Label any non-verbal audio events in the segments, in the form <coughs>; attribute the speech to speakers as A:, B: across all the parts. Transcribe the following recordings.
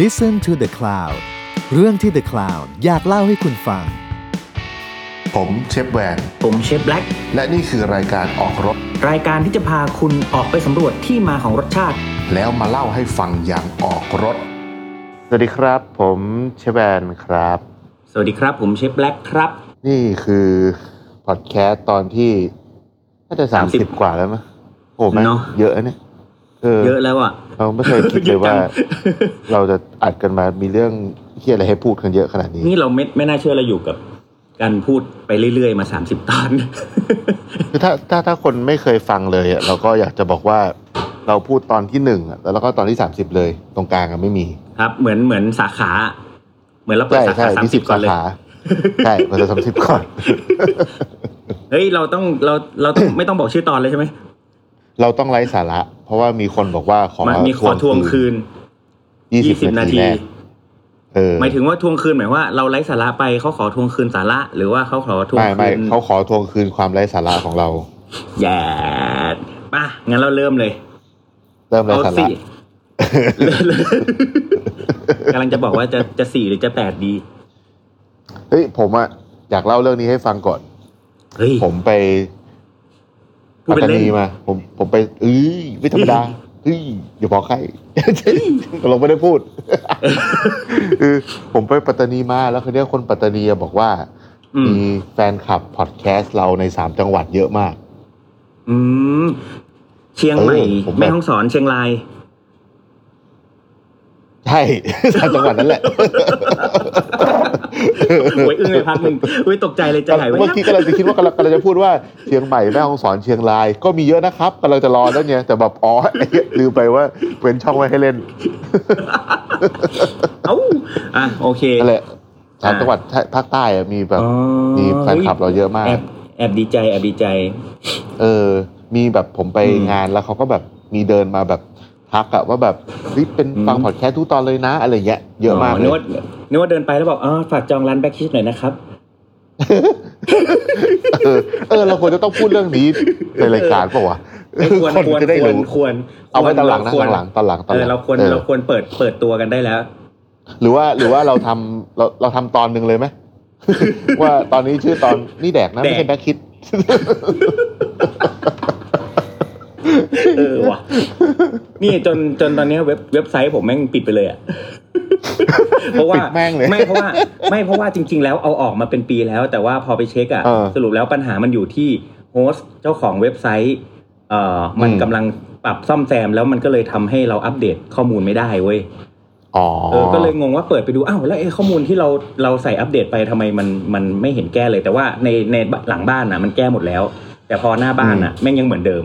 A: Listen to the Cloud เรื่องที่ The Cloud อยากเล่าให้คุณฟัง
B: ผมเชฟแวน
C: ผมเชฟแบล็ก
B: และนี่คือรายการออกรถ
C: รายการที่จะพาคุณออกไปสำรวจที่มาของรสชาติ
B: แล้วมาเล่าให้ฟังอย่างออกรถ
D: สวัสดีครับ ผมเชฟแวนครับ
C: สวัสดีครับ ผมเชฟแบล็กครับ
D: นี่คือพอดแคสต์ตอนที่น่าจะสามสิบ
C: 30
D: กว่าแล้วมั้ยโอ้โหแม่
C: เนอะ
D: เยอะเนี่ยเออ
C: เยอะแล้วอ่ะ
D: เราไม่เคยคิดเลยว่า
C: เยอะจั
D: เราจะอัดกันมามีเรื่องเฮียอะไรให้พูดกันเยอะขนาดนี้
C: นี่เราไม่ไม่น่าเชื่อเราอยู่กับการพูดไปเรื่อยๆ มา 30 ตอน
D: คือถ้าถ้าถ้าคนไม่เคยฟังเลยอ่ะเราก็อยากจะบอกว่าเราพูดตอนที่หนึ่งอะแล้วก็ตอนที่สามสิบเลย ตรงกลางอะไม่มี
C: ครับ เหมือนเหมือนสาขา เหมือนเราเปิด
D: ใช่
C: สา
D: ใช่
C: ขาสาม
D: มี
C: สิ
D: สิ
C: บบ ก่อ
D: สาน
C: เลย
D: ขาใช่เราจะสามสิบก่อน <laughs>
C: เฮ้ย เราต้องเราเราต้อง ไม่ต้องบอกชื่อตอนเลยใช่ไหม
D: เราต้องไร้สาระ เพราะว่ามีคนบอกว่าขอ
C: มันมีขอทวงคืน
D: ยี่สิบ
C: 20
D: นา
C: นาที
D: ทีแรกเออ
C: หมายถึงว่าทวงคืนหมายว่าเราไร้สาระไปเขาขอทวงคืนสาระ หรือว่าเขาขอทวง
D: ไม่
C: คื
D: ไม่
C: น
D: เขาขอทวงคืนความไร้สาระของเรา
C: แย่ป่ะงั้นเราเริ่มเลย
D: เริ่มไร้สาระ
C: <laughs> กำลังจะบอกว่าจะจะสี่หรือจะแปดดี
D: เฮ้ยผมอะอยากเล่าเรื่องนี้ให้ฟังก่อน
C: เฮ้ย
D: ผมไป
C: พูดเป็นเล่น
D: ปัตตามา ผมผมไปเอ้ยไม่ธรรมดาเฮ้ยอย่าบอกใครเราไม่ได้พูดคือผมไปปัตตานีมาแล้วคนนี้ยคนปัตตานีอะบอกว่า
C: อืม
D: มีแฟนคลับพอดแคสต์เราในสามจังหวัดเยอะมาก
C: อืมเชียงใหม่
D: เออผมแบบ
C: แม่ฮ่องสอนเชียงราย
D: ใช่ <laughs> สามจังหวัดนั่นแหละ
C: โอ้ยอึ้งเลยพักหนึ่งโอ้ยตกใจเลยใจหายไป
D: <laughs> เมื่อกี้กำลังจะคิดว่ากำลังกำลังจะพูดว่าเชียงใหม่แม่ฮ่องสอนเชียงราย ก็มีเยอะนะครับกำลังจะรอแล้วเนี่ยแต่แบบอ๋อ <laughs> ไอ้เหี้ยลืมไปว่าเว้นช่องไว้ให้เล่น
C: เอ้าอ่ะโอเค
D: นั่นแหละสาม
C: อ่า
D: จังหวัดภาคใต้อะมีแบบ
C: อ๋อ
D: มีแฟนคลับเราเยอะมาก
C: แอบแอบดีใจแอบดีใจ
D: เออ มีแบบผมไป
C: อืม
D: งานแล้วเขาก็แบบมีเดินมาแบบทักอะว่าแบบนี่เป็น
C: อืม
D: ฟังพอดแคสต์ทุกตอนเลยนะ อะไรเงี้ยเยอะมากเล
C: นึก
D: ย
C: ว่านึกว่าเดินไปแล้วบอกอ๋อฝากจองร้านแบ็คคิชหน่อยนะครับ
D: เออเออเราควรจะต้องพูดเรื่องนี้ในรายการเป
C: <laughs>
D: ล่าวะ
C: ไม่ควร
D: คน
C: ควร
D: จะได้
C: ควร
D: รู้
C: ควร
D: เอาไว้ตอนหลัง
C: เรา
D: นะ
C: คว
D: ต
C: ร
D: อนหลังตอนหลังตอน
C: เอ
D: ห
C: อ
D: ลัง
C: เราควร
D: ออ
C: เราควรเปิดเปิดตัวกันได้แล้ว
D: หรือว่าหรือว่าเราทำเราเราทำตอนหนึ่งเลยไหม <laughs> ว่าตอนนี้ชื่อตอนนี่แดกนะ ไม่
C: แด
D: ใช่
C: ก
D: แบ็คคิด
C: เออว่ะนี่จนจนตอนเนี้ยเว็บเว็บไซต์ผมแม่งปิดไปเลย
D: <laughs>
C: อ่ะ เพราะว่า
D: ปิดแม่งเลย
C: ไม่เพราะว่าไม่เพราะว่าจริง ๆ แล้วเอาออกมาเป็นปีแล้ว แต่ว่าพอไปเช็คอ่ะ
D: เออ
C: สรุปแล้วปัญหามันอยู่ที่โฮสต์เจ้าของเว็บไซต์เอ่อมัน
D: อืม
C: กำลังปรับซ่อมแซมแล้วมันก็เลยทำให้เราอัปเดตข้อมูลไม่ได้เว้ย
D: อ๋อ
C: เออก็เลยงงว่าเปิดไปดูอ้าวแล้วไอ้ข้อมูลที่เราเราใส่อัปเดตไปทำไมมันมันไม่เห็นแก้เลยแต่ว่าในในหลังบ้านอ่ะ มันแก้หมดแล้ว แต่พอหน้าบ้านอ่ะแม่งยังเหมือนเดิม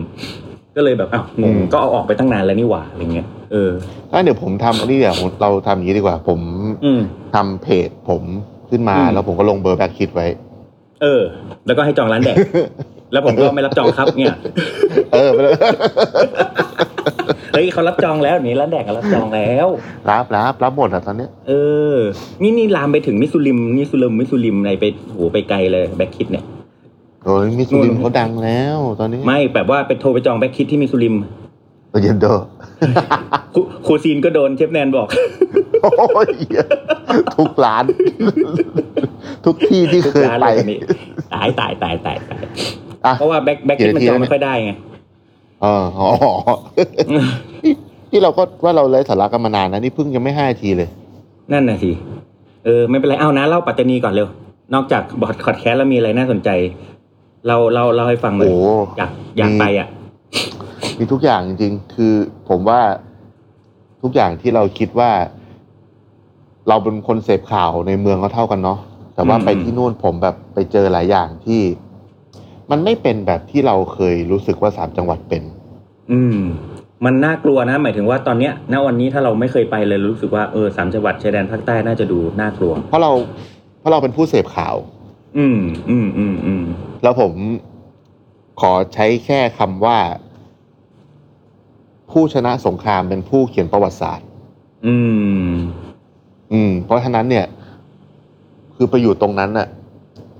C: ก็เลยแบบอ้าวงงก็เอาออกไปตั้งนานแล้วนี่หว่าอะไรเงี้ยเออ
D: งั้นเดี๋ยวผมทำอันนี้เดี๋ยวผมเราทำอย่างนี้ดีกว่า ผม
C: อืม
D: ทำเพจผมขึ้นมา
C: อืม
D: แล้วผมก็ลงเบอร์แบ็คคิดไว้
C: เออ แล้วก็ให้จองร้านแดก <laughs> แล้วผมก็ไม่รับจองครับเนี่ย <laughs>
D: เอ <laughs> อไปเลย
C: เฮ้ยเขารับจองแล้วนี่ร้านแดกเขารับจองแล้ว
D: รับรับรับหมดอ่ะตอนเนี้ย
C: เออ นี่นี่ลามไปถึงมิสซูริมมิสซูริมมิสซูริมในไปโหไปไกลเลยแบ็คคิดเนี่ย
D: โอ้ยมิสซูริ
C: นู่
D: ม
C: น
D: เขาดังแล้ว ตอนนี้
C: ไม่แบบว่าไปโทรไปจองแบ็คคิดที่มิสซูริม
D: เออเย็นเด้อ
C: ครูครูซีนก็โดนเชฟแนนบอก
D: โอ้ยเหี้ยทุกร้าน <laughs> ทุกที่ที่เคย
C: ร้าน
D: ไป
C: เลยแบบนี้ตายตายตายตายตาย
D: อ่ะ
C: เพราะว่าแบ็คแบ็คคิดมัน
D: กี่
C: จ
D: นาที
C: อง
D: แล้วเนี่
C: ไม่
D: ย
C: ค่อยได้ไง <laughs>
D: เอออ๋อ <laughs> นี่นี่เราก็ว่าเราไร้สาระกันมานานนะนี่เพิ่งยังไม่ห้านาทีเลย
C: นั่นน่ะสิ เออ ไม่เป็นไร เอานะเล่าปัตตานีก่อนเร็ว นอก <laughs> จากบอดคอดแคสต์แล้วมีอะไรน่าสนใจ เราเราเราให้ฟังหน่อย
D: โอ้
C: อยากอยากไปอ่ะ
D: มีทุกอย่างจริงๆ คือผมว่าทุกอย่างที่เราคิดว่า เราเป็นคนเสพข่าวในเมืองก็เท่ากันเนาะ แต่ว่า
C: อืม
D: ไปที่นู่นผมแบบไปเจอหลายอย่างที่ มันไม่เป็นแบบที่เราเคยรู้สึกว่าสามจังหวัดเป็น
C: อืม มันน่ากลัวนะ หมายถึงว่าตอนเนี้ยณวันนี้ถ้าเราไม่เคยไปเลยรู้สึกว่าเออสามจังหวัดชายแดนภาคใต้น่าจะดูน่ากลัว
D: เพราะเรา เพราะเราเป็นผู้เสพข่าว
C: อืมอืมอืมอืม
D: แล้วผมขอใช้แค่คำว่า ผู้ชนะสงครามเป็นผู้เขียนประวัติศาสตร์
C: อืม
D: อืม เพราะฉะนั้นเนี่ย คือไปอยู่ตรงนั้นน่ะ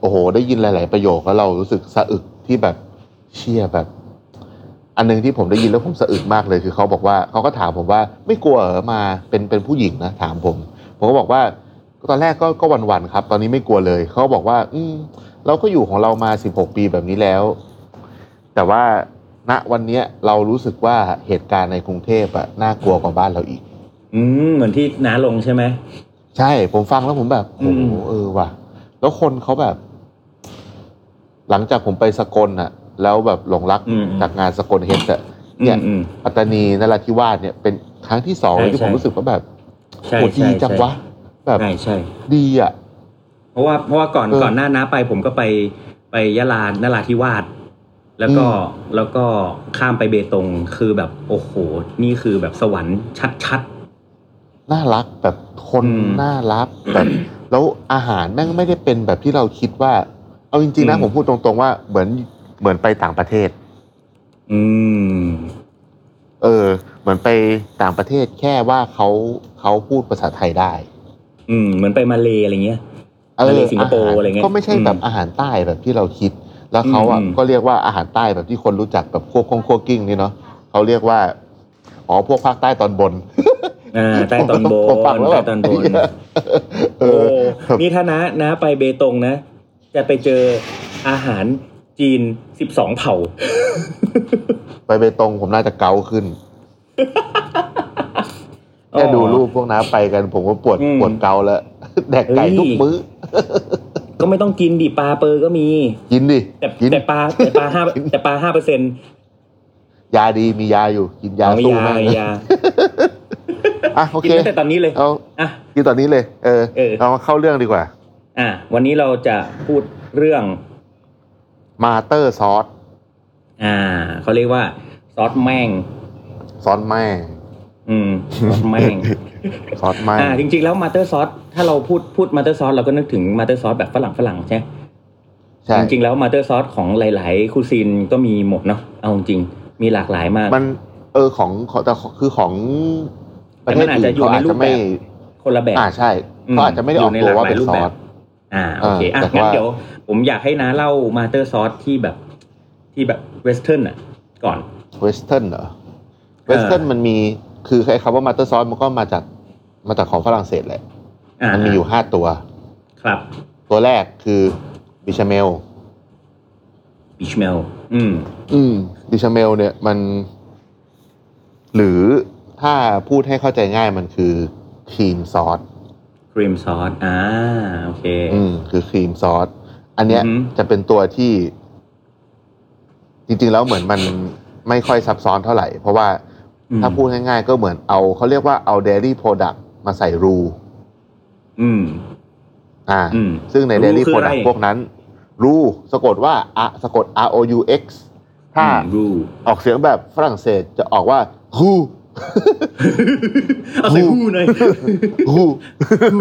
D: โอ้โห ได้ยินหลาย ๆ ประโยคแล้วเรารู้สึกสะอึกที่แบบเชี่ยแบบ อันหนึงที่ผมได้ยินแล้วผมสะอึกมากเลยคือเขาบอกว่าเขาก็ถามผมว่าไม่กลัวเหรอมาเป็นเป็นผู้หญิงนะ ถามผม ผมก็บอกว่าตอนแรกก็ก็หวันๆครับ ตอนนี้ไม่กลัวเลยเขาบอกว่า อืมเราก็อยู่ของเรามา 16 ปีแบบนี้แล้ว แต่ว่าณวันเนี้ยเรารู้สึกว่าเหตุการณ์ในกรุงเทพอะน่ากลัวกว่าบ้านเราอีก
C: อืมเหมือนที่น้าลงใช่ไหม
D: ใช่ ผมฟังแล้วผมแบบ
C: อื
D: โอ้
C: ม
D: โหเออว่ะ แล้วคนเขาแบบ หลังจากผมไปสกลน่ะ แล้วแบบหลงรัก
C: อืม
D: จากงานสกลเฮดอะเนี่ย
C: อืม
D: ปัตตานีนราธิวาสเนี่ยเป็นครั้งที่สอง
C: ใช่
D: ที่ผม
C: ใช่
D: รู้สึกว่าแบบ
C: ใช่
D: โหดี
C: ใช่
D: จังวะ แบบ
C: ใช่ใช่
D: ดีอ่ะ
C: เพราะว่าเพราะว่าก่อน
D: เออ
C: ก่อนหน้าน้าไปผมก็ไปไปยะลานราธิวาสแล้วก็
D: อื
C: แล้วก็ข้ามไปเบตงคือแบบโอ้โห นี่คือแบบสวรรค์ชัด
D: น่ารักแบบคน
C: อืม
D: น่ารักแบบ
C: <coughs>
D: แล้วอาหารแม่งไม่ได้เป็นแบบที่เราคิดว่า เอาจริงๆนะ
C: อืม
D: ผมพูดตรงๆว่าเหมือนเหมือนไปต่างประเทศ
C: ๆ อืม
D: เออ เหมือนไปต่างประเทศแค่ว่าเขาเขาพูดภาษาไทยได้
C: อืม เหมือนไปมาเลย์อะไรเงี้ย
D: เออ
C: มาเลสิงคโปร์
D: าหา
C: อะไรเงี้ย
D: ก็ไม่ใช่
C: อืม
D: แบบอาหารใต้แบบที่เราคิด แล้วเขาอ่ะ
C: อืม
D: ก็เรียกว่าอาหารใต้แบบที่คนรู้จักแบบคั่วกงคั่วกิ้งนี่เนาะเขาเรียกว่าอ๋อพวกภาคใต้ตอนบน
C: อ่าใต้ตอนบ
D: ผมฟัง
C: น
D: แล้วแบ
C: ใต้
D: บ
C: ตอนบน
D: เอ
C: โอ้
D: อ
C: นี่ถ้านะนะไปเบตงนะ จะไปเจออาหารจีนสิบสองเผ่า
D: ไปเบตงผมน่าจะเกาขึ้นแค่ดูรูปพวกน้าไปกัน ผมก็ปวด
C: อืม
D: ปวดเกาแล้ว แดกไก่
C: เฮ้ย
D: ทุกมื้อ
C: ก็ไม่ต้องกินดิปลาเปอร์ก็มี
D: กินดิ
C: แต่
D: กิน
C: แต่ปลาแต่ปลาห้า
D: กิน
C: แต่ปลาห้าเปอร์เซ็นต์
D: ยาดีมียาอยู่ กินยา
C: เอาไม่
D: สู้
C: ยา
D: แม่ง
C: ไม่ยา
D: อ่ะโอ
C: กิ
D: เคน
C: ตั้งแต่ตอนนี้เลย
D: เอา
C: อ่ะ
D: กินตอนนี้เลย เออ
C: เออ
D: เอามาเข้าเรื่องดีกว่า
C: อ่ะ วันนี้เราจะพูดเรื่อง
D: มาเตอร์ซอส
C: อ่าเขาเรียกว่าซอสแม่ง
D: ซอสแม่ง
C: อืมซอสแม่
D: <laughs>
C: ง
D: ซอสแม่ง
C: อ่า จริง ๆ แล้วมาเตอร์ซอสถ้าเราพูดพูดมาเตอร์ซอสเราก็นึกถึงมาเตอร์ซอสแบบฝรั่งฝรั่งใช่ไหม
D: ใช่
C: จริง ๆ แล้วมาเตอร์ซอสของหลาย ๆ คูซินก็มีหมดเนาะเอาจริงๆมีหลากหลายมาก
D: มันเออของของแต่ของคือของประเทศ
C: แต่มันอาจ
D: อื่
C: จะอ
D: น
C: ยู่ใน
D: เขาอาจ
C: รู
D: จะ
C: ปแบบ
D: ไม่
C: คนละแบบ
D: อ่าใช่เขาอาจจะไม่ได้ออกตัวว่าเป็นซอส
C: อ่าโอเคอ่ะ
D: แต่
C: งั้น
D: ว่า
C: เดี๋ยว ผมอยากให้น้าเล่ามาเตอร์ซอสที่แบบที่แบบเวสเทิร์นอ่ะ ก่อน
D: เวสเทิร์นเหรอเวสเทิร์นมันมีคือไอ้คำว่ามาเตอร์ซอสมันก็มาจากมาจากของฝรั่งเศสแหละ
C: อ่า
D: มันมีอยู่ห้าตัว
C: ครับ
D: ตัวแรกคือบิชาเมล
C: บิชเมลอืม
D: อืมบิชาเมลเนี่ยมัน หรือถ้าพูดให้เข้าใจง่ายมันคือครีมซอส
C: ครีมซอส อ่า โอเค
D: อืม คือครีมซอส อันเนี้ย
C: อือหือ
D: จะเป็นตัวที่ จริงๆแล้วเหมือนมันไม่ค่อยซับซ้อนเท่าไหร่ เพราะว่า
C: อืม
D: ถ้าพูดง่ายๆก็เหมือนเอาเขาเรียกว่าเอาเดลี่โปรดักต์มาใส่รู
C: อืม
D: อ่า
C: อืม
D: ซึ่งใน
C: รู
D: Daily
C: คืออะไร
D: Product พวกนั้น รูสะกดว่าอะสะกด R O U X ถ้า
C: อืมรู
D: ออกเสียงแบบฝรั่งเศสจะออกว่า รู
C: <laughs> เอาใส่หูหน่อย
D: รู
C: หู
D: รู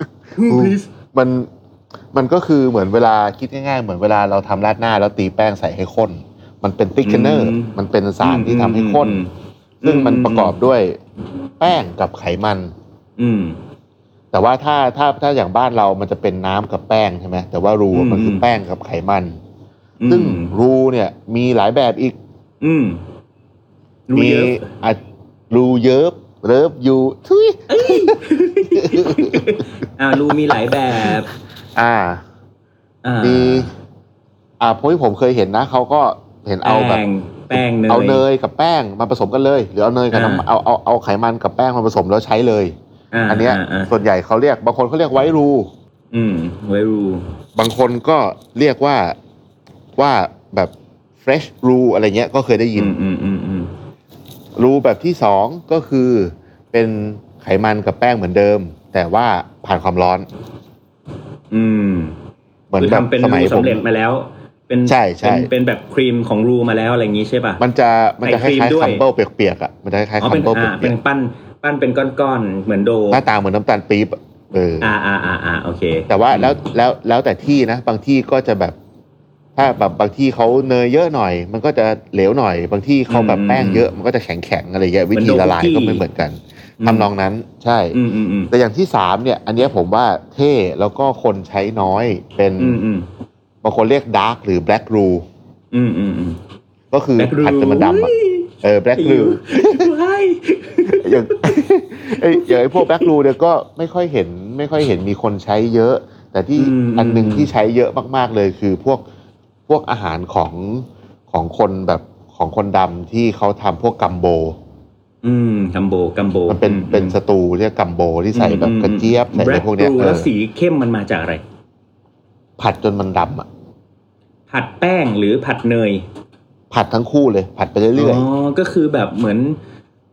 C: <laughs> please
D: มันมันก็คือเหมือนเวลาคิดง่ายๆ เหมือนเวลาเราทำราดหน้าแล้วตีแป้งใส่ให้ข้น มันเป็นติ๊กเทนเนอร์
C: อืม
D: มันเป็นสารที่ทำให้ข้น ซึ่งมันประกอบด้วยแป้งกับไขมัน
C: อืม
D: แต่ว่าถ้าถ้าถ้าอย่างบ้านเรามันจะเป็นน้ำกับแป้งใช่ไหมแต่ว่ารู
C: อืม
D: มันคือแป้งกับไขมัน
C: อืม
D: ซึ่งรูเนี่ยมีหลายแบบอีก
C: อืมรู
D: มี
C: เยอะ
D: อะรูเยิบเลิฟยูทุย
C: <laughs> อ่ารูมีหลายแบบ
D: อ่า
C: อ่า
D: มีอ่าเพราะที่ผมเคยเห็นนะเขาก็เห็นเอาแบ
C: แป้
D: บ
C: งแป้งเนย
D: เอาเนยกับแป้งมาผสมกันเลย หรือเอาเนยกับ
C: อ่า
D: น้ำเอาเอาเอาไขมันกับแป้งมาผสมแล้วใช้เลย
C: อา
D: อันเนี้ย
C: าอ่า
D: ส่วนใหญ่เขาเรียกบางคนเขาเรียกไวท์รู
C: อืมไว้รู
D: บางคนก็เรียกว่าว่าแบบเฟรชรูอะไรเงี้ยก็เคยได้ยิ
C: อื
D: น
C: มอืมอืมอืม
D: รูแบบที่สองก็คือเป็นไขมันกับแป้งเหมือนเดิม แต่ว่าผ่านความร้อน
C: อืม
D: เหมือน
C: คือ
D: แบบ
C: ทำเป็น
D: ส
C: รู
D: มัยผม
C: สำเร็จมาแล้ว เป็น
D: ใช่ใช่
C: เป็นเป็นแบบครีมของรูมาแล้วอะไรอย่างงี้ใช่ป่ะ
D: มันจะมันจะค
C: ใส่ครีม
D: ล้าย
C: ด้ว
D: ๆ
C: ย
D: คัมเบิลเปียกๆอ่ะมันจะคล้าย
C: อ๋อ
D: ๆคั
C: เป็
D: ม
C: น
D: เบิล
C: อ่า
D: เปี
C: เป็
D: ย
C: น
D: ก
C: ปั้นปั้นเป็นก้อนๆเหมือนโด
D: ๆหน้าตาเหมือนน้ำตาลปี๊บอะเอออ
C: อ่าอ่าอ่าอ่าโอเค
D: แต่ว่าแล้วแล้วแล้วแต่ที่นะ บางที่ก็จะแบบ ถ้าแบบบางที่เขาเนยเยอะหน่อย มันก็จะเหลวหน่อย บางที่เขาแบบแป้งเยอะมันก็จะแข็งแข็งๆอะไรเงี้ยวิธีละลายก็ไม่เหมือนกัน
C: ม
D: ทำนองนั้นใช่
C: อืมอืมอืม
D: แต่อย่างที่สามเนี่ย อันเนี้ยผมว่าเท่แล้วก็คนใช้น้อยเป็น
C: อืมอืม
D: บางคนเรียกดาร์กหรือแบล็กรู
C: อืมอืมอืม
D: ก็คือผัดจนมันดำอะเออแบล็กรู
C: ใช่
D: อย่าง <laughs> ไอ้อย่างไอ้พวกแบ็กรูเนี่ยก็ไม่ค่อยเห็นไม่ค่อยเห็นมีคนใช้เยอะ แต่ที่อันหนึ่งที่ใช้เยอะมากๆเลยคือพวกพวกอาหารของของคนแบบของคนดำที่เขาทำพวกกัมโบ
C: อืมกัมโบกัมโบ
D: มันเป็นเป็นสตูเรียกกัมโบที่ใส่แบบกระเจี๊ยบใส่อะไรพวกเนี้ยเอ
C: แล้
D: อ
C: วสีเข้มมันมาจากอะไร
D: ผัดจนมันดำอ่ะ
C: ผัดแป้งหรือผัดเนย
D: ผัดทั้งคู่เลย ผัดไปเรื่อย
C: อ๋อก็คือแบบเหมือน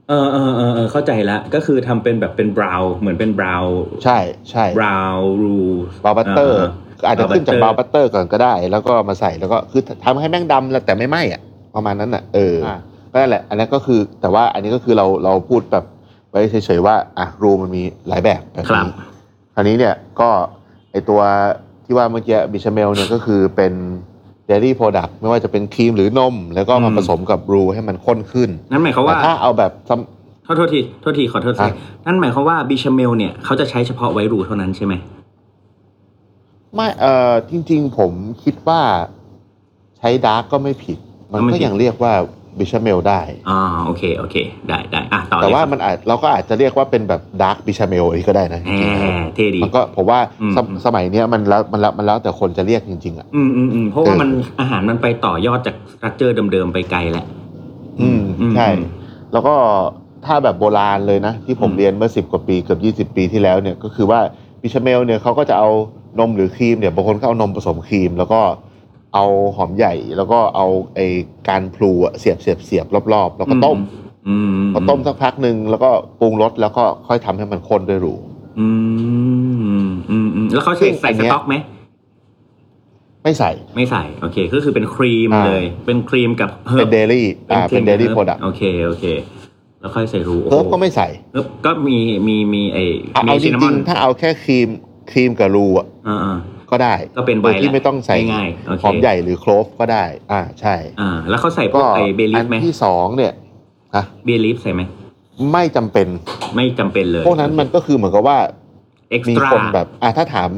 C: เออเออเออเออเข้าใจละก็คือทำเป็นแบบเป็นบราวเหมือนเป็นบราว
D: ๆใช่ใช่
C: บราวรู
D: บาบัตเตอร์อาจจะขึ้นจากบา
C: Barbecue
D: บัตเตอร์ก่อนก็ได้ แล้วก็มาใส่แล้วก็คือทำให้แม่งดำแล้วแต่ไม่ไหม้อ่ะประมาณนั้นอ่ะเอออ ก็นั่นแหละ อันนั้นก็คือ แต่ว่าอันนี้ก็คือเราเราพูดแบบไว้เฉยๆว่าอ่ะรูมันมีหลายแบบแบบ
C: ครับ
D: นี้คราวนี้เนี่ยก็ไอตัวที่ว่าเมื่อกี้บิชาเมลเนี่ยก็คือเป็นเดลี่โปรดักต์ไม่ว่าจะเป็นครีมหรือนม แล้วก็มาผสมกับรูให้มันข้นขึ้น
C: นั่นหมายความ
D: แต่
C: ว่า
D: ถ้าเอาแบบซ้
C: โทษโทษทีโทษทีขอโทษที
D: อ่ะ
C: นั่นหมายความว่าบิชาเมลเนี่ยเขาจะใช้เฉพาะไวรูเท่านั้นใช่ไหม
D: ำไม่เอ่อจริงๆผมคิดว่าใช้ดาร์กก็ไม่ผิด มันก็ยังเรียกว่าบิชาเมลได้
C: อ่าโอเคโอเค ได้ได้อ่ะต่อเลย
D: แต่ว่า
C: ครับ
D: มันอาจเราก็อาจจะเรียกว่าเป็นแบบดาร์กบิชาเมลก็ได้นะจ
C: แห
D: ริงๆแล้ว
C: มเท่ดี
D: มันก็ผมว่าสม
C: อืม
D: สมัยเนี้ยมันแล้วมันแล้วมันแล้วแต่คนจะเรียกจริง ๆ อ่ะ
C: อืมอืมอืมเพราะว่า
D: เออ
C: มันอาหารมันไปต่อยอดจากสตรัคเจอร์เดิมๆไปไกลแล้ว
D: อืม
C: อืม
D: ใช่
C: อืม
D: แล้วก็ถ้าแบบโบราณเลยนะ ที่ผม
C: อืม
D: เรียนเมื่อสิบกว่าปีเกือบยี่สิบปีที่แล้วเนี่ยก็คือว่าบิชาเมลเนี่ยเขาก็จะเอานมหรือครีมเนี่ยบางคนก็เอานมผสมครีม แล้วก็เอาหอมใหญ่ แล้วก็เอาไอ้การพลูอะเสียบเสียบเสียบรอบๆ แล้วก็ต้ม
C: อืม
D: พอต้มสักพักหนึ่งแล้วก็ปรุงรสแล้วก็ค่อยทำให้มันข้นด้วยรู
C: อืมอืมอืมแล้วเขาใส่
D: ซึ่ง
C: ใส่
D: อัน
C: ส
D: เนี้ย
C: ต๊อกไหม
D: ไม่ใส่
C: ไม่ใส่โอเค ก็คือเป็นครีม
D: อ่า
C: เลย เป็นครีมกับเฮิ
D: เป็
C: ร์
D: น
C: บ
D: เดลี่อ่าเป็นเดลี่
C: ค
D: โป
C: มกั
D: ร
C: บ
D: ดักต์
C: โอเคโอเค แล้วค่อยใส่รูโอ้
D: เพิร์ฟก็ไม่ใส่
C: เฮิร์บก็มีมีมีไอ้
D: เอา
C: มี
D: เอาจ
C: ซินนาม
D: ริ
C: อน
D: งๆถ้าเอาแค่ครีมครีมกับรูอ่ะ
C: อ่าอ่า
D: ก็ได้
C: ก็เป็นใบ
D: โดยที่
C: ละ
D: ไม่ต้องใส่
C: ง่ายๆโอเค
D: หอมใหญ่หรือโคลฟก็ได้ อ่าใช่
C: อ่า แล้วเขาใส่พว
D: ก็
C: กไอ้เบลิ
D: อั
C: ฟไหม
D: ที่สองเนี่ยอ่ะ
C: เบลิฟใส่ไหม
D: ไม่จำเป็น
C: ไม่จำเป็นเลย
D: พวกนั้นมันก็คือเหมือนกับว่า
C: เอ็กซ์
D: มี
C: ตร้า
D: คนแบบอ่ะถ้าถาม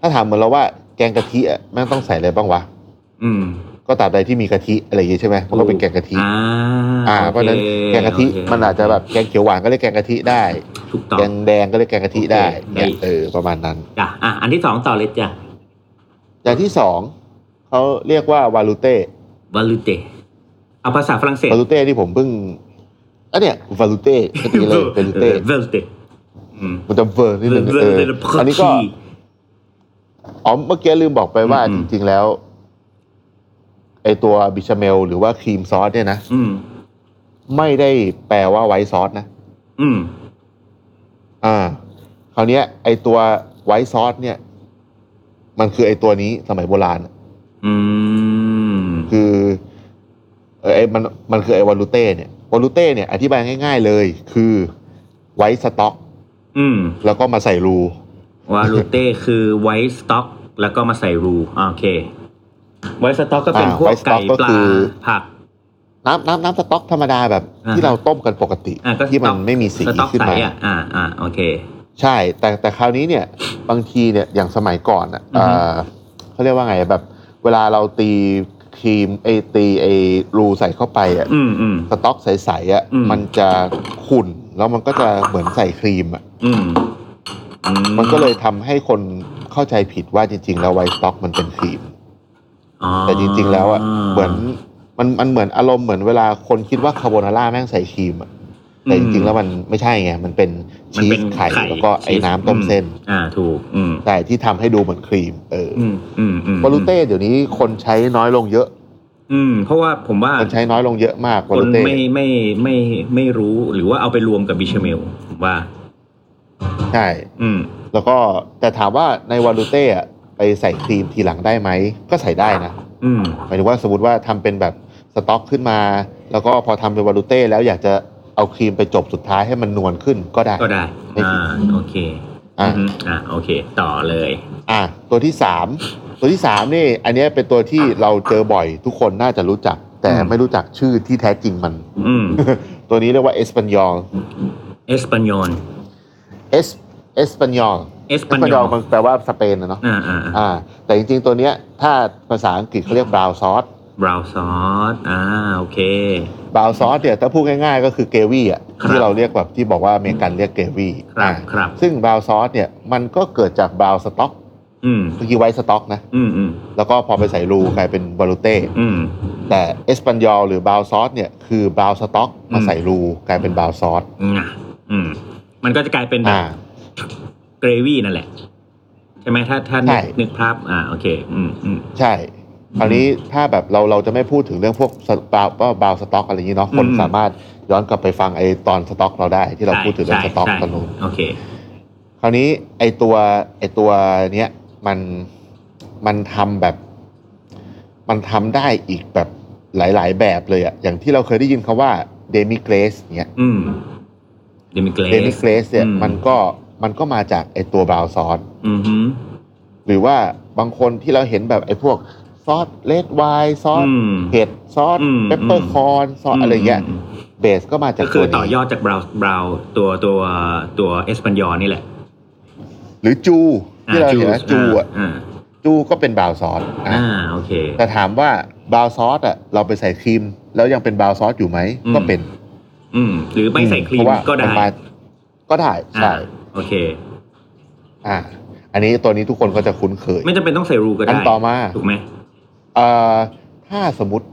D: ถ้าถามเหมือนเราว่าแกงกะทิอ่ะแม่งต้องใส่อะไรบ้างวะ
C: อืม
D: ก็ตราบใดที่มีกะทิอะไรอย่างงี้ใช่ไหมมันก็เป็นแกงกะทิ
C: อ่า
D: อ่า
C: โอค
D: เพราะฉะนั้นแกงกะทิ
C: โเค
D: มันอาจจะแบบแกงเขียวหวานก็เรียกแกงกะทิได้
C: ถูกต้อง
D: แกงแดงก็เรียกแกงกะทิได้
C: โอเค
D: เนี่ย
C: ได้
D: เออประมาณนั้น
C: จ้ะอ่ะอันที่สองต่อเลยจ้ะ
D: อย่างที่สองเขาเรียกว่าวาลูเต้
C: วาลูเตเอาภาษาฝรั่งเศส
D: วาลูเต้ที่ผมเพิ่งอันเนี้ยวาลูเต้ก็ตี
C: <laughs>
D: เลยเป็นลูเต้
C: เวลูเตอืม
D: มันจะเวอร์นิดนึง
C: วา
D: เอ
C: ลู
D: อ
C: เตพร
D: อันนี้ก็
C: ชี
D: อ๋อเมื่อกี้ลืมบอกไปว่า
C: อืม
D: จริง ๆแล้ว ไอตัวบิชาเมล หรือว่าครีมซอสเนี่ยนะ
C: อืม
D: ไม่ได้แปลว่าไวท์ซอสนะ
C: อืม
D: อ่า คราวเนี้ย ไอตัวไวท์ซอสเนี่ย มันคือไอตัวนี้สมัยโบราณ
C: อืม
D: คือเออไอมันมันคือไอวาลูเต้เนี่ยวาลูเต้เนี่ย อธิบายง่าย ๆเลย คือไวท์สต็อก
C: อืม
D: แล้วก็มาใส่รู
C: วาลูเตคือไวท์สต็อก แล้วก็มาใส่รูอ่าโอเค ไวท์สต็อกก็เป็น
D: อ่า
C: พวก
D: white
C: ไก่
D: stock ก็
C: ปลา
D: คือ
C: ผัก
D: น้ำน้ำน้ำสต๊อกธรรมดาแบบ
C: อ่า
D: ที่เราต้มกันปกติ
C: อ่ะก็
D: ที่
C: ส
D: มั
C: ต็
D: น
C: อก
D: ไม่มีสี
C: สต็อก
D: ขึ้น
C: ใส
D: มา
C: อ่ะอ่าอ่าโอเค
D: ใช่ แต่แต่คราวนี้เนี่ย บางทีเนี่ยอย่างสมัยก่อนอ่ะ
C: อือฮึ
D: เอ่อเขาเรียกว่าไงแบบ เวลาเราตีครีมไอตีไอรูใส่เข้าไปอ่ะ
C: อืมอืม
D: สต๊อกใสๆอ่ะ
C: อืม
D: มันจะขุ่นแล้วมันก็จะเหมือนใส่ครีมอ่ะ
C: อืมอื
D: มันก็เลยทำให้คนเข้าใจผิดว่าจริง ๆ แล้วไวท์สต็อกมันเป็นครีม
C: อ๋อ
D: แต่จริง ๆ แล้วอ่ะเหมือนมันมันเหมือนอารมณ์เหมือนเวลาคนคิดว่าคาโบนาร่าแม่งใส่ครีมอ่ะ แต่จริงๆแล้วมันไม่ใช่ไง มันเป็น
C: มัน
D: ชี
C: เป็
D: ส
C: น
D: ไข่แล้วก็ไอ้น้ำต้มเส้น
C: อือ่าถูก อืม
D: แต่ที่ทำให้ดูเหมือนครีม เอออ
C: อืมอืมอืม
D: วาลูเต้เดี๋ยวนี้คนใช้น้อยลงเยอะ
C: อืม เพราะว่าผมว่า
D: คนใช้น้อยลงเยอะมากวา
C: ค
D: ลู
C: น
D: เต้
C: ไม่ไม่ไม่ไม่รู้หรือว่าเอาไปรวมกับบิชาเมลผมว่า
D: ใช่
C: อืม
D: แล้วก็แต่ถามว่าในวาลูเต้อะไปใส่ครีมทีหลังได้ไหม ก็ใส่ได้นะ
C: อืม
D: หมายถึงว่าสมมติว่าทำเป็นแบบสต็อกขึ้นมา แล้วก็พอทำเป็นวาลูเต้แล้วอยากจะเอาครีมไปจบสุดท้ายให้มันนวลขึ้นก็ได้
C: ก็ได้
D: ไม่
C: อ่า
D: ผิด
C: โอเค
D: อ่า
C: มอ่าโอเค ต่อเลย
D: อ่ะตัวที่สามตัวที่สามนี่ อันเนี้ยเป็นตัวที่เราเจอบ่อยทุกคนน่าจะรู้จัก แต่
C: อืม
D: ไม่รู้จักชื่อที่แท้จริงมัน
C: อืม
D: ตัวนี้เรียกว่าเอสป n นยอล
C: เอสป n นย l
D: เอสเอสปนยอล
C: เอสป n
D: เอสป
C: น
D: n
C: ย
D: ยอ
C: l
D: ลมันแปลว่าสเปนนะเนาะ
C: อ่าอ่า
D: อ่า แต่จริงๆตัวเนี้ยถ้าภาษาอังกฤษเขาเรียกบราวซอส
C: บ บราวซอสอ่าโอเค
D: บราวน์ซอสเนี่ยถ้าพูดง่ายๆ ก็คือเกวี่อ่ะ
C: ครับ
D: ที่เราเรียกแบบที่บอกว่าอเมริกันเรียกเกวี่
C: ครับ
D: อ่ะ
C: ครับ
D: ซึ่งบราวน์ซอสเนี่ยมันก็เกิดจากบราวน์สต็อก
C: อืม
D: เมื่อกี้ไว้สต็อกนะ
C: อืมอืม
D: แล้วก็พอไปใส่รูกลายเป็นบาลูเต้
C: อืม
D: แต่เอสปันยอลหรือบราวน์ซอสเนี่ยคือบราวน์สต็อกมา
C: อืม
D: ใส่รูกลายเป็นบราวน์ซอส
C: อ่ะอืม มันก็จะกลายเป็นแบบ
D: อ่า
C: เกรวี่นั่นแหละ ใช่ไหมถ้าถ้า
D: ใช่
C: นึกนึกภาพอ่าโอเค อืมอืม
D: ใช่คราวนี้ถ้าแบบเราเราจะไม่พูดถึงเรื่องพวกบาวบาวสต็อกอะไรอย่างนี้เนาะคน
C: อืม
D: สามารถย้อนกลับไปฟังไอตอนสต็อกเราได้ที่เรา
C: ใช่
D: พูดถึงเรื่องส
C: ใช่
D: ต็อก
C: ใช่
D: ตอนนู้น
C: โอเค
D: คราวนี้ไอตัวไอตัวเนี้ยมันมันทำแบบ มันทำได้อีกแบบหลาย ๆ แบบเลยอะอย่างที่เราเคยได้ยินคำว่าเดมิเกรสเนี้ย
C: อืมเดมิเกร
D: เดมิ
C: ส
D: เกรสเนี่ย
C: อืม
D: มันก็มันก็มาจากไอตัวบราวซอส
C: อืมฮึ
D: หรือว่าบางคนที่เราเห็นแบบไอพวกซอสเลดไวน์ซอส
C: อืม
D: เผ็ดซอส
C: อืม
D: เปปเปอร์
C: อืม
D: คอนซอสอะไรเงี้ย
C: ม
D: เบสก็มาจาก
C: ก็คือ
D: ตัวนี้
C: ต่อยอดจากบราวบราวตัวตัวตัวเอสปันยอนี่แหละ
D: หรือจูที่เรา
C: อ่
D: เห็นนะจูอะ
C: อ่า
D: จูก็เป็นบราวซอสอ่ะ
C: อ่าโอเค
D: แต่ถามว่าบราวน์ซอสอ่ะเราไปใส่ครีม แล้วยังเป็นบราวน์ซอสอยู่ไหม
C: อืม
D: ก็เป็น
C: อืม หรือไม่ใส่ครี
D: เพ
C: ม
D: ราะว่า
C: ก็ได้
D: นมาก็ได้
C: อ่า
D: ใช่
C: โอเค
D: อ่า อันนี้ตัวนี้ทุกคนก็จะคุ้นเคย
C: ไม่จำเป็นต้องใส่รูก็
D: อัน
C: ได้
D: ต่อมา
C: ถูกไหม
D: เอ่อถ้าสมมติ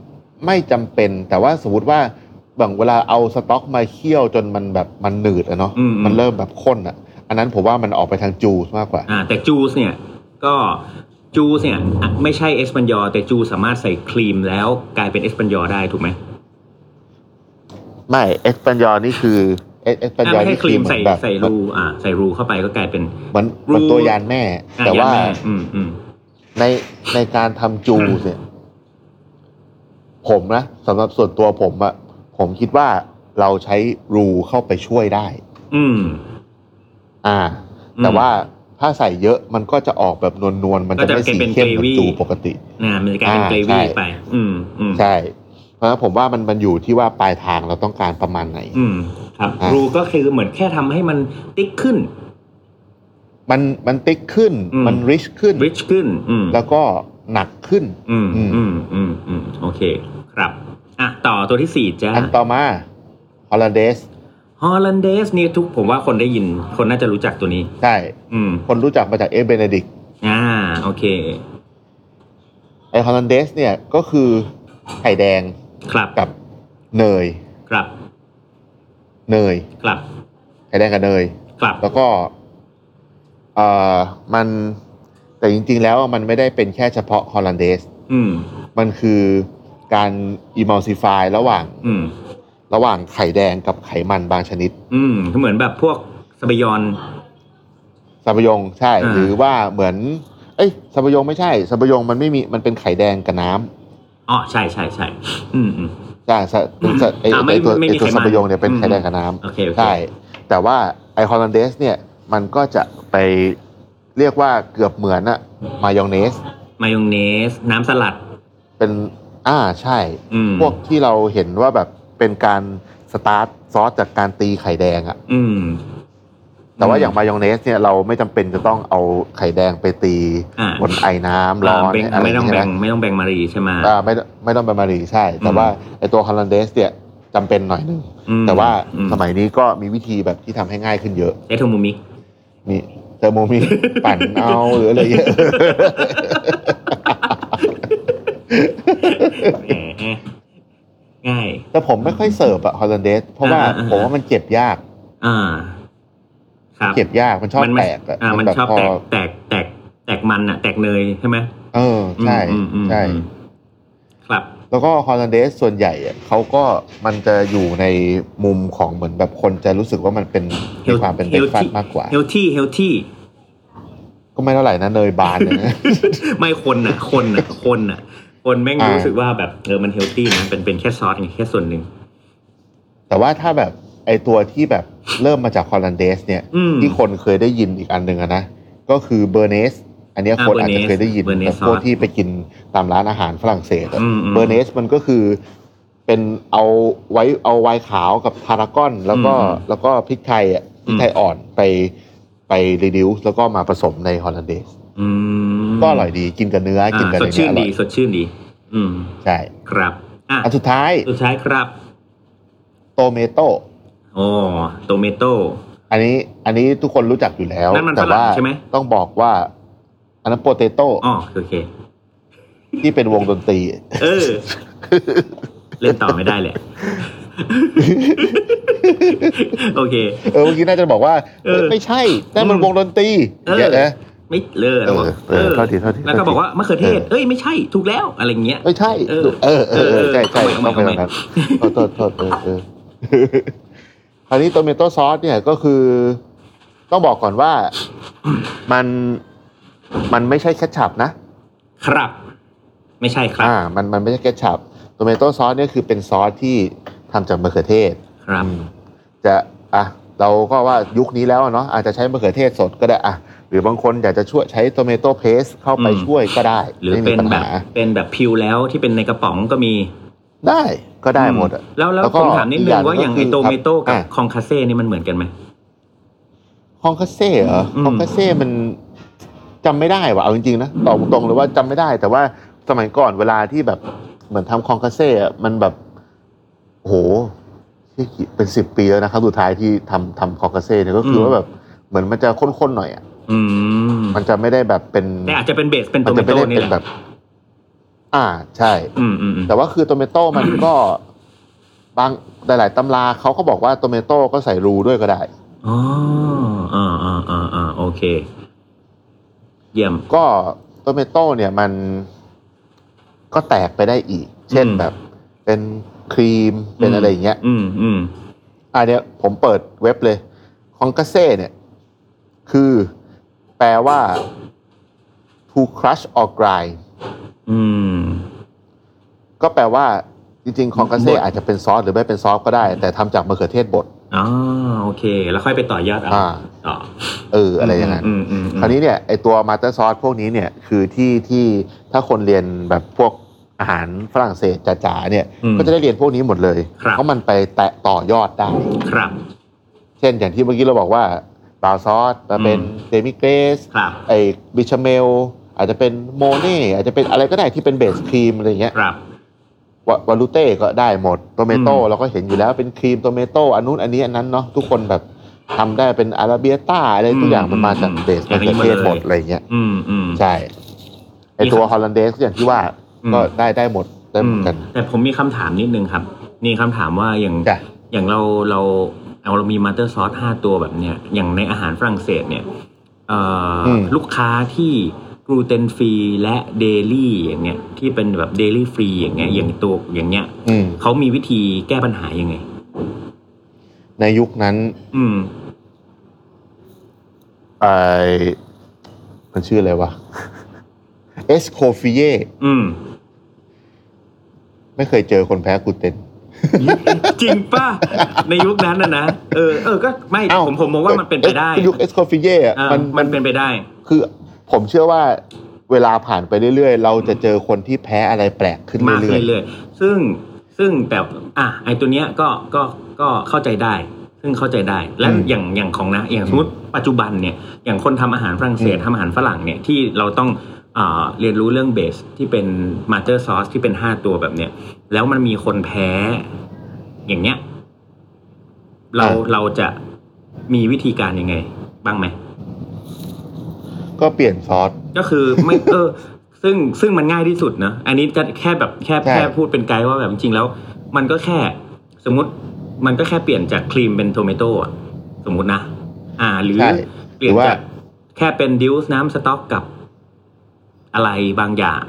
D: ไม่จำเป็น แต่ว่าสมมติว่าบางเวลาเอาสต็อกมาเคี่ยวจนมันแบบมันหนืดอะเนาะ
C: อืมอื
D: มันเริ่มแบบข้นอ่ะ อันนั้นผมว่ามันออกไปทางจูสมากกว่า
C: อ่า แต่จูสเนี่ย ก็จูสเนี่ยอ่ะไม่ใช่เอสปันยอแต่จูสามารถใส่ครีมแล้วกลายเป็นเอสปันยอได้ถูกไหม
D: ไม่เอ็กซ์ปันยอนี่คือเอ็กซ์ปัน
C: อ่ะ
D: ยอ
C: ไม่
D: นี่
C: ใช่ครีมใส่
D: เหอนแบบ
C: ใส่รูอ่า ใส่รูเข้าไปก็กลายเป็น
D: เหมือนเหมือนตัวยานแม่
C: อ่ะ
D: แต่
C: อย่ง
D: ว่า
C: ม่อืมอืม
D: ในในการทำจูสเนี่ยผมนะสำหรับส่วนตัวผมอะผมคิดว่าเราใช้รูเข้าไปช่วยได้
C: อืม
D: อ่า
C: อืม
D: แต่ว่าถ้าใส่เยอะมันก็จะออกแบบนวลๆมันจะ
C: ก็
D: ไม่
C: จะเป็น
D: สีเข้มเหมือ
C: gravy
D: นจูปกติ
C: นะมันจะกลายเป็น
D: อ่า
C: เกรวี่
D: ใช่
C: ไป อืมอืม
D: ใช่ เพราะฉะนั้นผมว่ามันมันอยู่ที่ว่าปลายทางเราต้องการประมาณไหน
C: อืม ครับ
D: อ่ารู
C: รูก็คือเหมือนแค่ทำให้มันติ๊กขึ้น
D: มันมันติ๊กขึ้น
C: อืม
D: มันริชขึ้น
C: ริชขึ้น อืม
D: แล้วก็หนักขึ้น
C: อืม
D: อืม
C: อืมอืมอืมโอเค ครับ อ่ะ ต่อตัวที่สี่จ้า
D: อันต่อมาฮอลล n เดส
C: ฮอลันเดสนี่ทุกผมว่าคนได้ยิน คนน่าจะรู้จักตัวนี้
D: ใช่
C: อืม
D: คนรู้จักมาจากเอเบเนดิก
C: อ่า โอเค
D: ไอฮอลันเดสเนี่ยก็คือไข่แดง
C: ครับ
D: กับเนย
C: ครับ
D: เนย
C: ครับ
D: ไข่แดงกับเนย
C: ครับ
D: แล้วก็เอ่อมันแต่จริงๆแล้วมันไม่ได้เป็นแค่เฉพาะฮอลันเดส
C: อืม
D: มันคือการอิมัลซิฟายระหว่าง
C: อืม
D: ระหว่างไข่แดงกับไขมันบางชนิด
C: อืม เหมือนแบบพวกสบยอน
D: สับปะยงใช่
C: อ่า
D: หรือว่าเหมือน เอ้ยสับปะยงไม่ใช่สับปะยงมันไม่มีมันเป็นไข่แดงกับน้ำ
C: อ๋อ ใช่ใช่ใช่อืมอืม
D: ใช่สับสับไอ
C: อ่าไม่
D: ไอ้ตัว
C: ไม่มี
D: ไอตัว
C: ไขมัน
D: สับปะยงเนี่ยเป็นไข่แดงกับน้ำ
C: โอเคโอเค
D: ใช่ แต่ว่าไอฮอลันเดสเนี่ย มันก็จะไปเรียกว่าเกือบเหมือนอะมายองเนส
C: มายองเนส น้ำสลัด
D: เป็นอ่าใช่
C: อืม
D: พวกที่เราเห็นว่าแบบเป็นการสตาร์ทซอสจากการตีไข่แดงอะ
C: อืม
D: แต่ว่า
C: อืม
D: อย่างมายองเนสเนี่ยเราไม่จำเป็นจะต้องเอาไข่แดงไปตี
C: อ่า
D: บนไอ้น้ำร้
C: อ่า
D: อน
C: แบ่ง
D: อะไร
C: ไม่ต้อง
D: ใช่
C: แบ่
D: ไหม
C: งไม่ต้องแบ่งมารีใช่ไหม
D: อ่าไม่ไม่ต้องเป็นมารีใช่ แต่
C: อืม
D: ว่าไอตัวฮอลันเดสเนี่ยจำเป็นหน่อยนึง
C: อืม
D: แต่ว่า
C: อื
D: สมัยนี้ก็มีวิธีแบบที่ทำให้ง่ายขึ้นเยอะ
C: ใช้เทอร์โมมิก
D: นี่เทอร์โมมิ ปั่น <laughs> เอาหรืออะไรเงี้ย <laughs>
C: แหมง่าย
D: แต่ผมไม่ค่อยเสิร์ฟอะฮอลแลนเดสเพราะว่า
C: อ่าอ่า
D: ผมว่ามันเจ็บยาก
C: อ่า ครับ
D: เจ็บยากมันชอบ
C: มัไม่
D: แตกอะ
C: อ่า มัน
D: แบบ
C: ชอบ
D: พอ
C: แตกแตกแตกแตกมันอะแตกเนยใช่ไหม
D: เออใช่
C: อืมอืมอืม
D: ใช่
C: อืมครับ
D: แล้วก็ฮอลแลนเดสส่วนใหญ่อะเขาก็มันจะอยู่ในมุมของเหมือนแบบคนจะรู้สึกว่ามันเป็นมีความเป็นเบรกฟาส
C: healthy
D: มากกว่า
C: เฮลที่เฮลที่
D: ก็ไม่เท่าไหร่นะเนยบานเลยนะ
C: <laughs> ไม่คนน่ะ คนน่ะ คนน่ะ คนแม่ง
D: อ่ารู้
C: รู้สึกว่าแบบเออมันเฮลตี้นะเป็นเป็นแค่ซอสไงแค่ส่วนหนึ่ง
D: แต่ว่าถ้าแบบไอตัวที่แบบเริ่มมาจากฮอลแลนเดสเนี่ย
C: อืม
D: ที่คนเคยได้ยินอีกอันหนึ่งอะนะ ก็คือเบอร์เนส อันเนี้ย
C: อ่า
D: คนอาจจะเคยได้ยิน
C: Bernays
D: แบบพวกที่ไปกินตามร้านอาหารฝรั่งเศสอะ
C: อืมอืม
D: เบอร์เนสมันก็คือเป็นเอาไว้เอาไวน์ขาวกับทารากอน แล้วก็
C: อืม
D: แล้วก็พริกไทยอ่ะพริกไทยอ่อนไปไปรีดิวส์แล้วก็มาผสมในฮอลันเดส
C: อืม
D: ก็อร่อยดีกินกับเนื้ออกินกับ
C: ส
D: อะ
C: ด
D: ไรเงี้
C: ชื่
D: ย
C: น
D: อร่
C: ดี
D: อย
C: สดชื่นดี อืม
D: ใช่
C: ครับอ่ะ
D: อันสุดท้าย
C: สุดท้ายครับ
D: โตเมโต
C: โอ้โตเมโต้
D: อันนี้อันนี้ทุกคนรู้จักอยู่แล้ว
C: นั่นมัน
D: แต่
C: ฝรั่
D: ว่าง
C: ใช่ไหม
D: ต้องบอกว่าอันนั้นโปเตโต้
C: อ๋อโอเค
D: ที่เป็นวงดนตรี
C: เอ
D: <laughs>
C: อ เล่นต่อไม่ได้แหละ โอเค
D: เออเมื่อกี้น่าจะบอกว่า
C: เออ
D: ไม่ใช่นั่นมัน
C: อืม
D: วงดนตรี
C: เออ
D: เดี๋ยวนะ
C: ไม่เลิกแล้วบอก
D: เออเออโทษทีโทษที
C: แล้วก็บอกว่ามะเขือเทศ
D: เออ
C: เอ้ยไม่ใช่ถูกแล้วอะไรเงี้ย
D: ไม่ใช่
C: เอ
D: เอ
C: อ
D: อเออเออ
C: เออ
D: ใช่ใช่
C: เอาใหม่
D: ต้อง
C: เอา
D: ไป
C: ใหม่
D: แบบนั้นโทษโทษโทษเออเออคราวนี้โตเมโต้ซอสเนี่ยก็คือ ต้องบอกก่อนว่ามันมันไม่ใช่แคชชัพนะ
C: ครับ ไม่ใช่ครับ
D: อ่า มันมันไม่ใช่แคชชัพโตเมโต้ซอสเนี่ยคือเป็นซอสที่ทำจากมะเขือเทศ
C: ครับ
D: อืมจะอ่ะเราก็ว่ายุคนี้แล้วอะเนาะอาจจะใช้มะเขือเทศสดก็ได้อ่ะหรือบางคนอยากจะช่วยใช้โตเมโต้เพสเข้าไป
C: อืม
D: ช่วยก็ได้
C: หรือ
D: ไม่
C: เป็
D: มี
C: น
D: ปัญ
C: แบบ
D: หา
C: เป็นแบบพิวแล้วที่เป็นในกระป๋องก็มี
D: ได้ก็ได้หมดอะ
C: อืแล้วแล้ว
D: ก็
C: ผมถามนิดนึงว่าอย่างไอ
D: ก็คื
C: โตเมโต้
D: ค
C: กับ
D: รับ
C: คองคาเซ่นี่มันเหมือนกันไหม
D: คองคาเซ่เหรอ
C: อืม
D: คองคาเซ่มันจำไม่ได้ว่ะเอาจริงๆนะตอบตรงเลยว่าจำไม่ได้ แต่ว่าสมัยก่อนเวลาที่แบบเหมือนทำคองคาเซ่อะมันแบบโอ้โหเชี่ยกี่เป็นสิบปีแล้วนะครั้งสุดท้ายที่ทำทำคองคาเซ่เนี่ยก็คือว่าแบบเหมือนมันจะข้นๆหน่อยอะ
C: อืม
D: มันจะไม่ได้แบบเป็น
C: แต่อาจจะเป็นเบสเป็นโต
D: มัน
C: เม
D: จะไม่
C: โต้
D: ได้
C: นี่
D: เป็น
C: แหละ
D: แบบ อ่าใช่
C: อืมอืมอืม
D: แต่ว่าคือโตเมโต้มันก็ บางหลาย ๆ ตำราเขาก็บอกว่าโตเมโต้ก็ใส่รูด้วยก็ได้
C: อ๋ออ่าอ่าอ่าอ่าโอเค เยี่ยม
D: ก็โตเมโต้เนี่ยมันก็แตกไปได้อีก เช่น
C: อืม
D: แบบ เป็นครีมเป็นอะไรอย่างเงี้ย
C: อืมอืม
D: อ่าเนี้ยผมเปิดเว็บเลย ของกาเซ่เนี่ย คือแปลว่า to crush or grind
C: อืม
D: ก็แปลว่าจริงๆ ของกาเซ่
C: บด
D: อาจจะเป็นซอสหรือไม่เป็นซอสก็ได้ แต่ทำจากมะเขือเทศบด
C: อ๋อโอเค แล้วค่อยไปต่อยอดเอา
D: อ่า
C: ต่อ
D: เออ อะไรอย่างนั้น
C: อืมอืมอืม
D: คราวนี้เนี่ยไอตัวมาสเตอร์ซอสพวกนี้เนี่ยคือที่ที่ถ้าคนเรียนแบบพวกอาหารฝรั่งเศสจ๋าๆเนี่ย
C: อืม
D: ก็จะได้เรียนพวกนี้หมดเลย
C: ครับ
D: เพราะมันไปแตะต่อยอดได้
C: ครับ
D: เช่นอย่างที่เมื่อกี้เราบอกว่าบราวน์ซอสมาเป็น
C: อืม
D: เดมิเกรส
C: ครับ
D: ไอบิชาเมล อาจจะเป็นโมเน่อาจจะเป็นอะไรก็ได้ที่เป็นเบสครีมอะไรอย่างเงี้ย
C: ครับ
D: วะวาลูเต้ก็ได้หมดโตเมโต้
C: อืม
D: เราก็เห็นอยู่แล้วเป็นครีมโตเมโต้อันนู้นอันนี้อันนั้นเนาะทุกคนแบบทำได้เป็นอาราเบียต้าอะไรทุกอย่างมันมาจากเบสมะเขือเทศหมดอะไรอย่างเงี้ย
C: อืมอืม
D: ใช่ไอตัวฮอลแลนเดสอย่างที่ว่า
C: อืม
D: ก็ได้ได้หมดได้เหมือนกัน
C: อืมแต่ผมมีคำถามนิดนึงครับ นี่คำถามว่าอย่าง
D: จ้ะ
C: อย่างเราเราเอาเรามีมาสเตอร์ซอสห้าตัวแบบเนี้ยอย่างในอาหารฝรั่งเศสเนี่ยเอ่ออ
D: ม
C: ลูกค้าที่กลูเตนฟรีและเดลี่อย่างเงี้ยที่เป็นแบบเดลี่ฟรีอย่างเงี้ยอย่างตัวอย่างเงี้ย
D: อืม
C: เขามีวิธีแก้ปัญหายังไง
D: ในยุคนั้น
C: อืม
D: ไอมันชื่ออะไรวะเอสโคฟิเย
C: อืม <laughs>
D: ไม่เคยเจอคนแพ้กลูเตน
C: จริงป่ะ ในยุคนั้นนะนะเออเออก็ไม่
D: เอ้า
C: ผมผมมองว่ามันเป็นไปได้
D: ยุคเอสโคฟิเยอ่ะ
C: เออ
D: มัน
C: มั
D: มัน น
C: เป็นไปได้
D: คือผมเชื่อว่าเวลาผ่านไปเรื่อยๆ เราจะเจอคนที่แพ้อะไรแปลกขึ้น
C: มากขึ้
D: เรื่อน ย
C: เรื่อยๆซึ่งซึ่งแต่อ่ะไอตัวเนี้ยก็ก็ก็เข้าใจได้ ซึ่งเข้าใจได้ และอย่างอย่างของนะ อย่างสมมติปัจจุบันเนี่ย อย่างคนทำอาหารฝรั่งเศสทำอาหารฝรั่งเนี่ยที่เราต้องอ่าเรียนรู้เรื่องเบสที่เป็นมาเตอร์ซอสที่เป็นห้าตัวแบบเนี้ย แล้วมันมีคนแพ้ อย่างเนี้ย เราเราจะมีวิธีการยังไง บ้างไหม
D: ๆ ก็เปลี่ยนซอส
C: ก็คือไม่ เออ ซึ่งซึ่งมันง่ายที่สุดเนอะอันนี้จะแค่แบบแค่
D: ใช่
C: แค่พูดเป็นไกด์ว่าแบบจริงๆแล้ว มันก็แค่สมมติมันก็แค่เปลี่ยนจากครีมเป็นโทเมโต้อะสมมตินะ อ่า หรือ
D: ใช่
C: เปลี่ยน
D: หรือว่า
C: จากแค่เป็นดิวส์น้ำสต๊อกกับอะไรบางอย่าง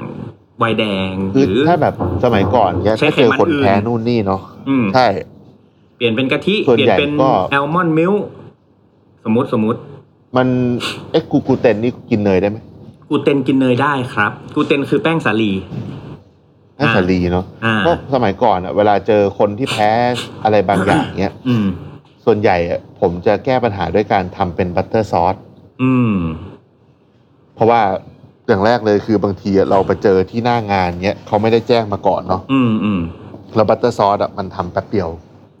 C: ไวน์แดง
D: คือ
C: หรือ
D: ถ้าแบบสมัยก่อนเนี่ย
C: ใช้
D: ถ้า
C: ไขมัน
D: เจอคน
C: อื่น
D: แพ้นู่นนี่เนาะ
C: อืม
D: ใช่
C: เปลี่ยนเป็นกะทิ
D: ส่วน
C: เปลี่ยน
D: ใหญ่
C: เป็น
D: ก็
C: แอลมอนด์มิลสมมติสมมติ
D: มันเอ๊ะกูกูเตนนี่กินเนยได้ไหม
C: กูเตนกินเนยได้ครับ กูเตนคือแป้งสาลี
D: น่าสาลีเนาะ
C: อ่า
D: ก็สมัยก่อนอะเวลาเจอคนที่แพ้อะไรบางอย่างเนี้ย
C: อืม
D: ส่วนใหญ่อะผมจะแก้ปัญหาด้วยการทำเป็นบัตเตอร์ซอส
C: อืม
D: เพราะว่าอย่างแรกเลยคือบางทีอะเราไปเจอที่หน้างานเนี้ยเขาไม่ได้แจ้งมาก่อนเนาะ
C: อืมอืม
D: แล้วบัตเตอร์ซอสอะมันทำแป๊บเดียว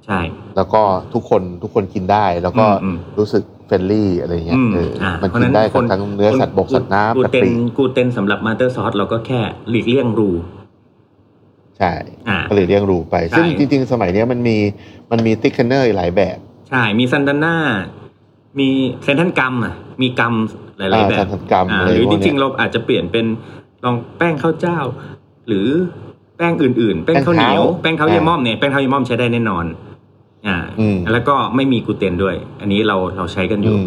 C: ใช่
D: แล้วก็ทุกคนทุกคนกินได้แล้วก็
C: อืมอืม
D: รู้สึกเฟรนลี่อะไรเงี้ย
C: ม
D: เอออา มัน
C: เพราะ
D: กิ
C: ฉะ
D: นได้กับทั้งเนื้อสัตว์บกสัตว์น้ำ
C: กู
D: กะ
C: เตน
D: ปิ
C: กูเตนสำหรับมาเตอร์ซอสเราก็แค่หลีกเลี่ยงรู
D: ใช่
C: อ่า
D: ก็เลยเรียงรูไป
C: ใช่
D: ซึ่งจริง ๆ สมัยเนี้ยมันมีมันมีติ๊กเคนเนอร์หลายแบบ
C: ใช่ มีซันดาน่า มีเซนทันกรรมอ่ะ มีกรรมหลายๆแบ
D: อ่
C: บ
D: ทางกรรม
C: อ่า
D: อะไร
C: หรือจ
D: พวก
C: ริ
D: เนี้
C: ง
D: ย
C: ๆเราอาจจะเปลี่ยนเป็นลองแป้งข้าวเจ้า หรือแป้งอื่นๆ แป้งข้าวเหนียว
D: แป้
C: แป้ง
D: ง
C: ข้า
D: ข้าว ว
C: เยม่อมเนี่ย แป้งข้าวเยม่อมใช้ได้แน่นอน อ่า
D: อืม
C: แล้วก็ไม่มีกลูเตนด้วย อันนี้เราเราใช้กันอ
D: อื
C: ยู่
D: ม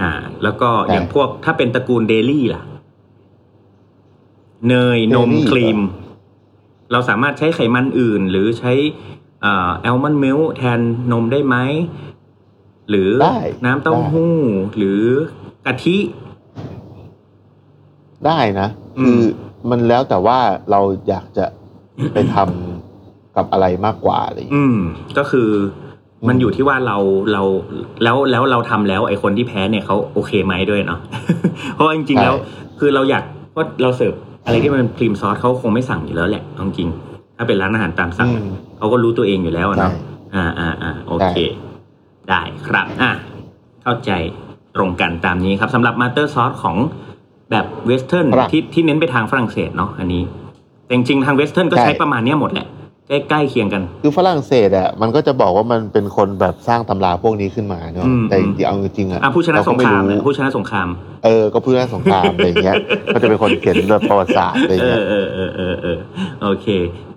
C: อ่า แล้วก็
D: ใช่
C: อย่างพวกถ้าเป็นตระกูลเดลี่ล่ะ เนยนม
D: Dairy
C: ครีม เราสามารถใช้ไขมันอื่น หรือใช้แอลมอนด์มิลแทนนมได้ไหม หรือ
D: ได้
C: น้ำเต้า
D: ได้
C: หู้ หรือกะทิ
D: ได้นะ
C: อื
D: คื
C: ม
D: อมันแล้วแต่ว่าเราอยากจะไปทำกับอะไรมากกว่าอะไรอย่างเงี้ย
C: อืม ก็คืออ
D: ม
C: มันอยู่ที่ว่าเราเราแล้วแล้วเราทำแล้ว ไอ้คนที่แพ้เนี่ยเขาโอเคไหมด้วยเนาะ <laughs> เพราะว่าจริงๆแล้ว คือเราอยากก็เราเสิร์ฟอะไรที่มันเป็นครีมซอสเขาคงไม่สั่งอยู่แล้วแหละเอาจริงถ้าเป็นร้านอาหารตามสั่ง
D: อื
C: อะ
D: ม
C: เขาก็รู้ตัวเองอยู่แล้วอะเนาะ
D: ใช่
C: อ่าอ่าอ่าโอเค
D: ใช่
C: ได้ครับ อ่ะเข้าใจตรงกันตามนี้ครับสำหรับมาสเตอร์ซอสของแบบเวสเทิร์น
D: ฝรั่ง
C: ที่ที่เน้นไปทางฝรั่งเศสเนาะอันนี้ แต่จริงๆทางเวสเทิร์นก็
D: ใช่
C: ใช้ประมาณเนี้ยหมดแหละใกล้ใกล้เคียงกัน
D: คือฝรั่งเศสอ่ะมันก็จะบอกว่ามันเป็นคนแบบสร้างตำราพวกนี้ขึ้นมาเนาะ
C: อืม
D: แต่จริงๆเอาจริงๆอ่ะ
C: อ่ะผู้ชนะ
D: เ
C: สงครามเนี่ย
D: ไรู้
C: ผู้ชนะสงคราม
D: เออก็ผู้ชนะสงครามอะไรอย่าง
C: <laughs>
D: เงี้ย ก็จะเป็นคนเขียนแบบประวัติศาสตร์อะไรอ
C: เอย่าง
D: เงี้
C: อย เออเออเออเออโอเค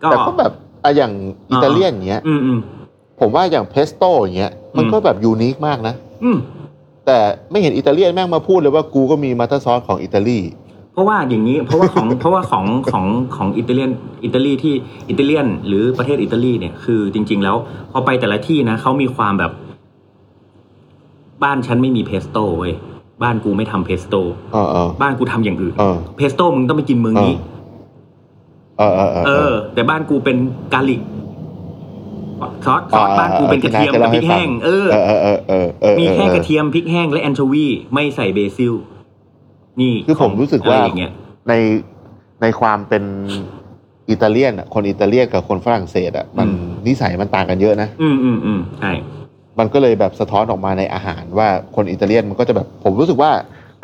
C: ก็
D: แต่ก็แบบอะอย่าง
C: อ่า
D: อิตาเลียนเงี้ย
C: อืมอืม
D: ผมว่าอย่างเพสโต้อย่างเงี้ยมัน
C: อืม
D: ก็แบบยูนิคมากนะ
C: อืม
D: แต่ไม่เห็นอิตาเลียนแม่งมาพูดเลยว่ากูก็มีมาสเตอร์ซอสของอิตาลี
C: เพราะว่าอย่างนี้เพราะว่าของ <laughs> เพราะว่าของของของอิตาเลียนอิตาลีที่อิตาเลียน หรือประเทศอิตาลีเนี่ยคือจริง ๆ แล้วพอไปแต่ละที่นะเขามีความแบบ บ้านฉันไม่มีเพสโต้เว้ยบ้านกูไม่ทำเพสโต้
D: เออเออ
C: บ้านกูทำอย่างอื่น
D: เออ
C: เพสโต้มึงต้องไปกินเมืองนี้
D: เออเออเออ
C: เอ
D: เอ
C: อ
D: อ
C: แต่บ้านกูเป็นกาลิกซอสซอส
D: อ่า
C: บ้านกูเป็นกระเทียม
D: ที่
C: กั
D: น้า
C: บพ
D: เคย
C: ริก
D: เล่าให้ฟั
C: แห้
D: ง
C: งเออ
D: เออเออเออเออเออ
C: มีแค่ก
D: อ
C: ระ
D: อ
C: เทียมพริกแห้งและแอนโชวีไม่ใส่เบซิล นี่
D: คือผมรู้สึกว่า
C: อะไรอย่างเงี้ย
D: ในในความเป็นอิตาเลียนอะคนอิตาเลียนกับคนฝรั่งเศสอ่ะมัน
C: อืม
D: นิสัยมันต่างกันเยอะนะ
C: อืมอืมอืมใช่
D: มันก็เลยแบบสะท้อนออกมาในอาหารว่าคนอิตาเลียนมันก็จะแบบผมรู้สึกว่า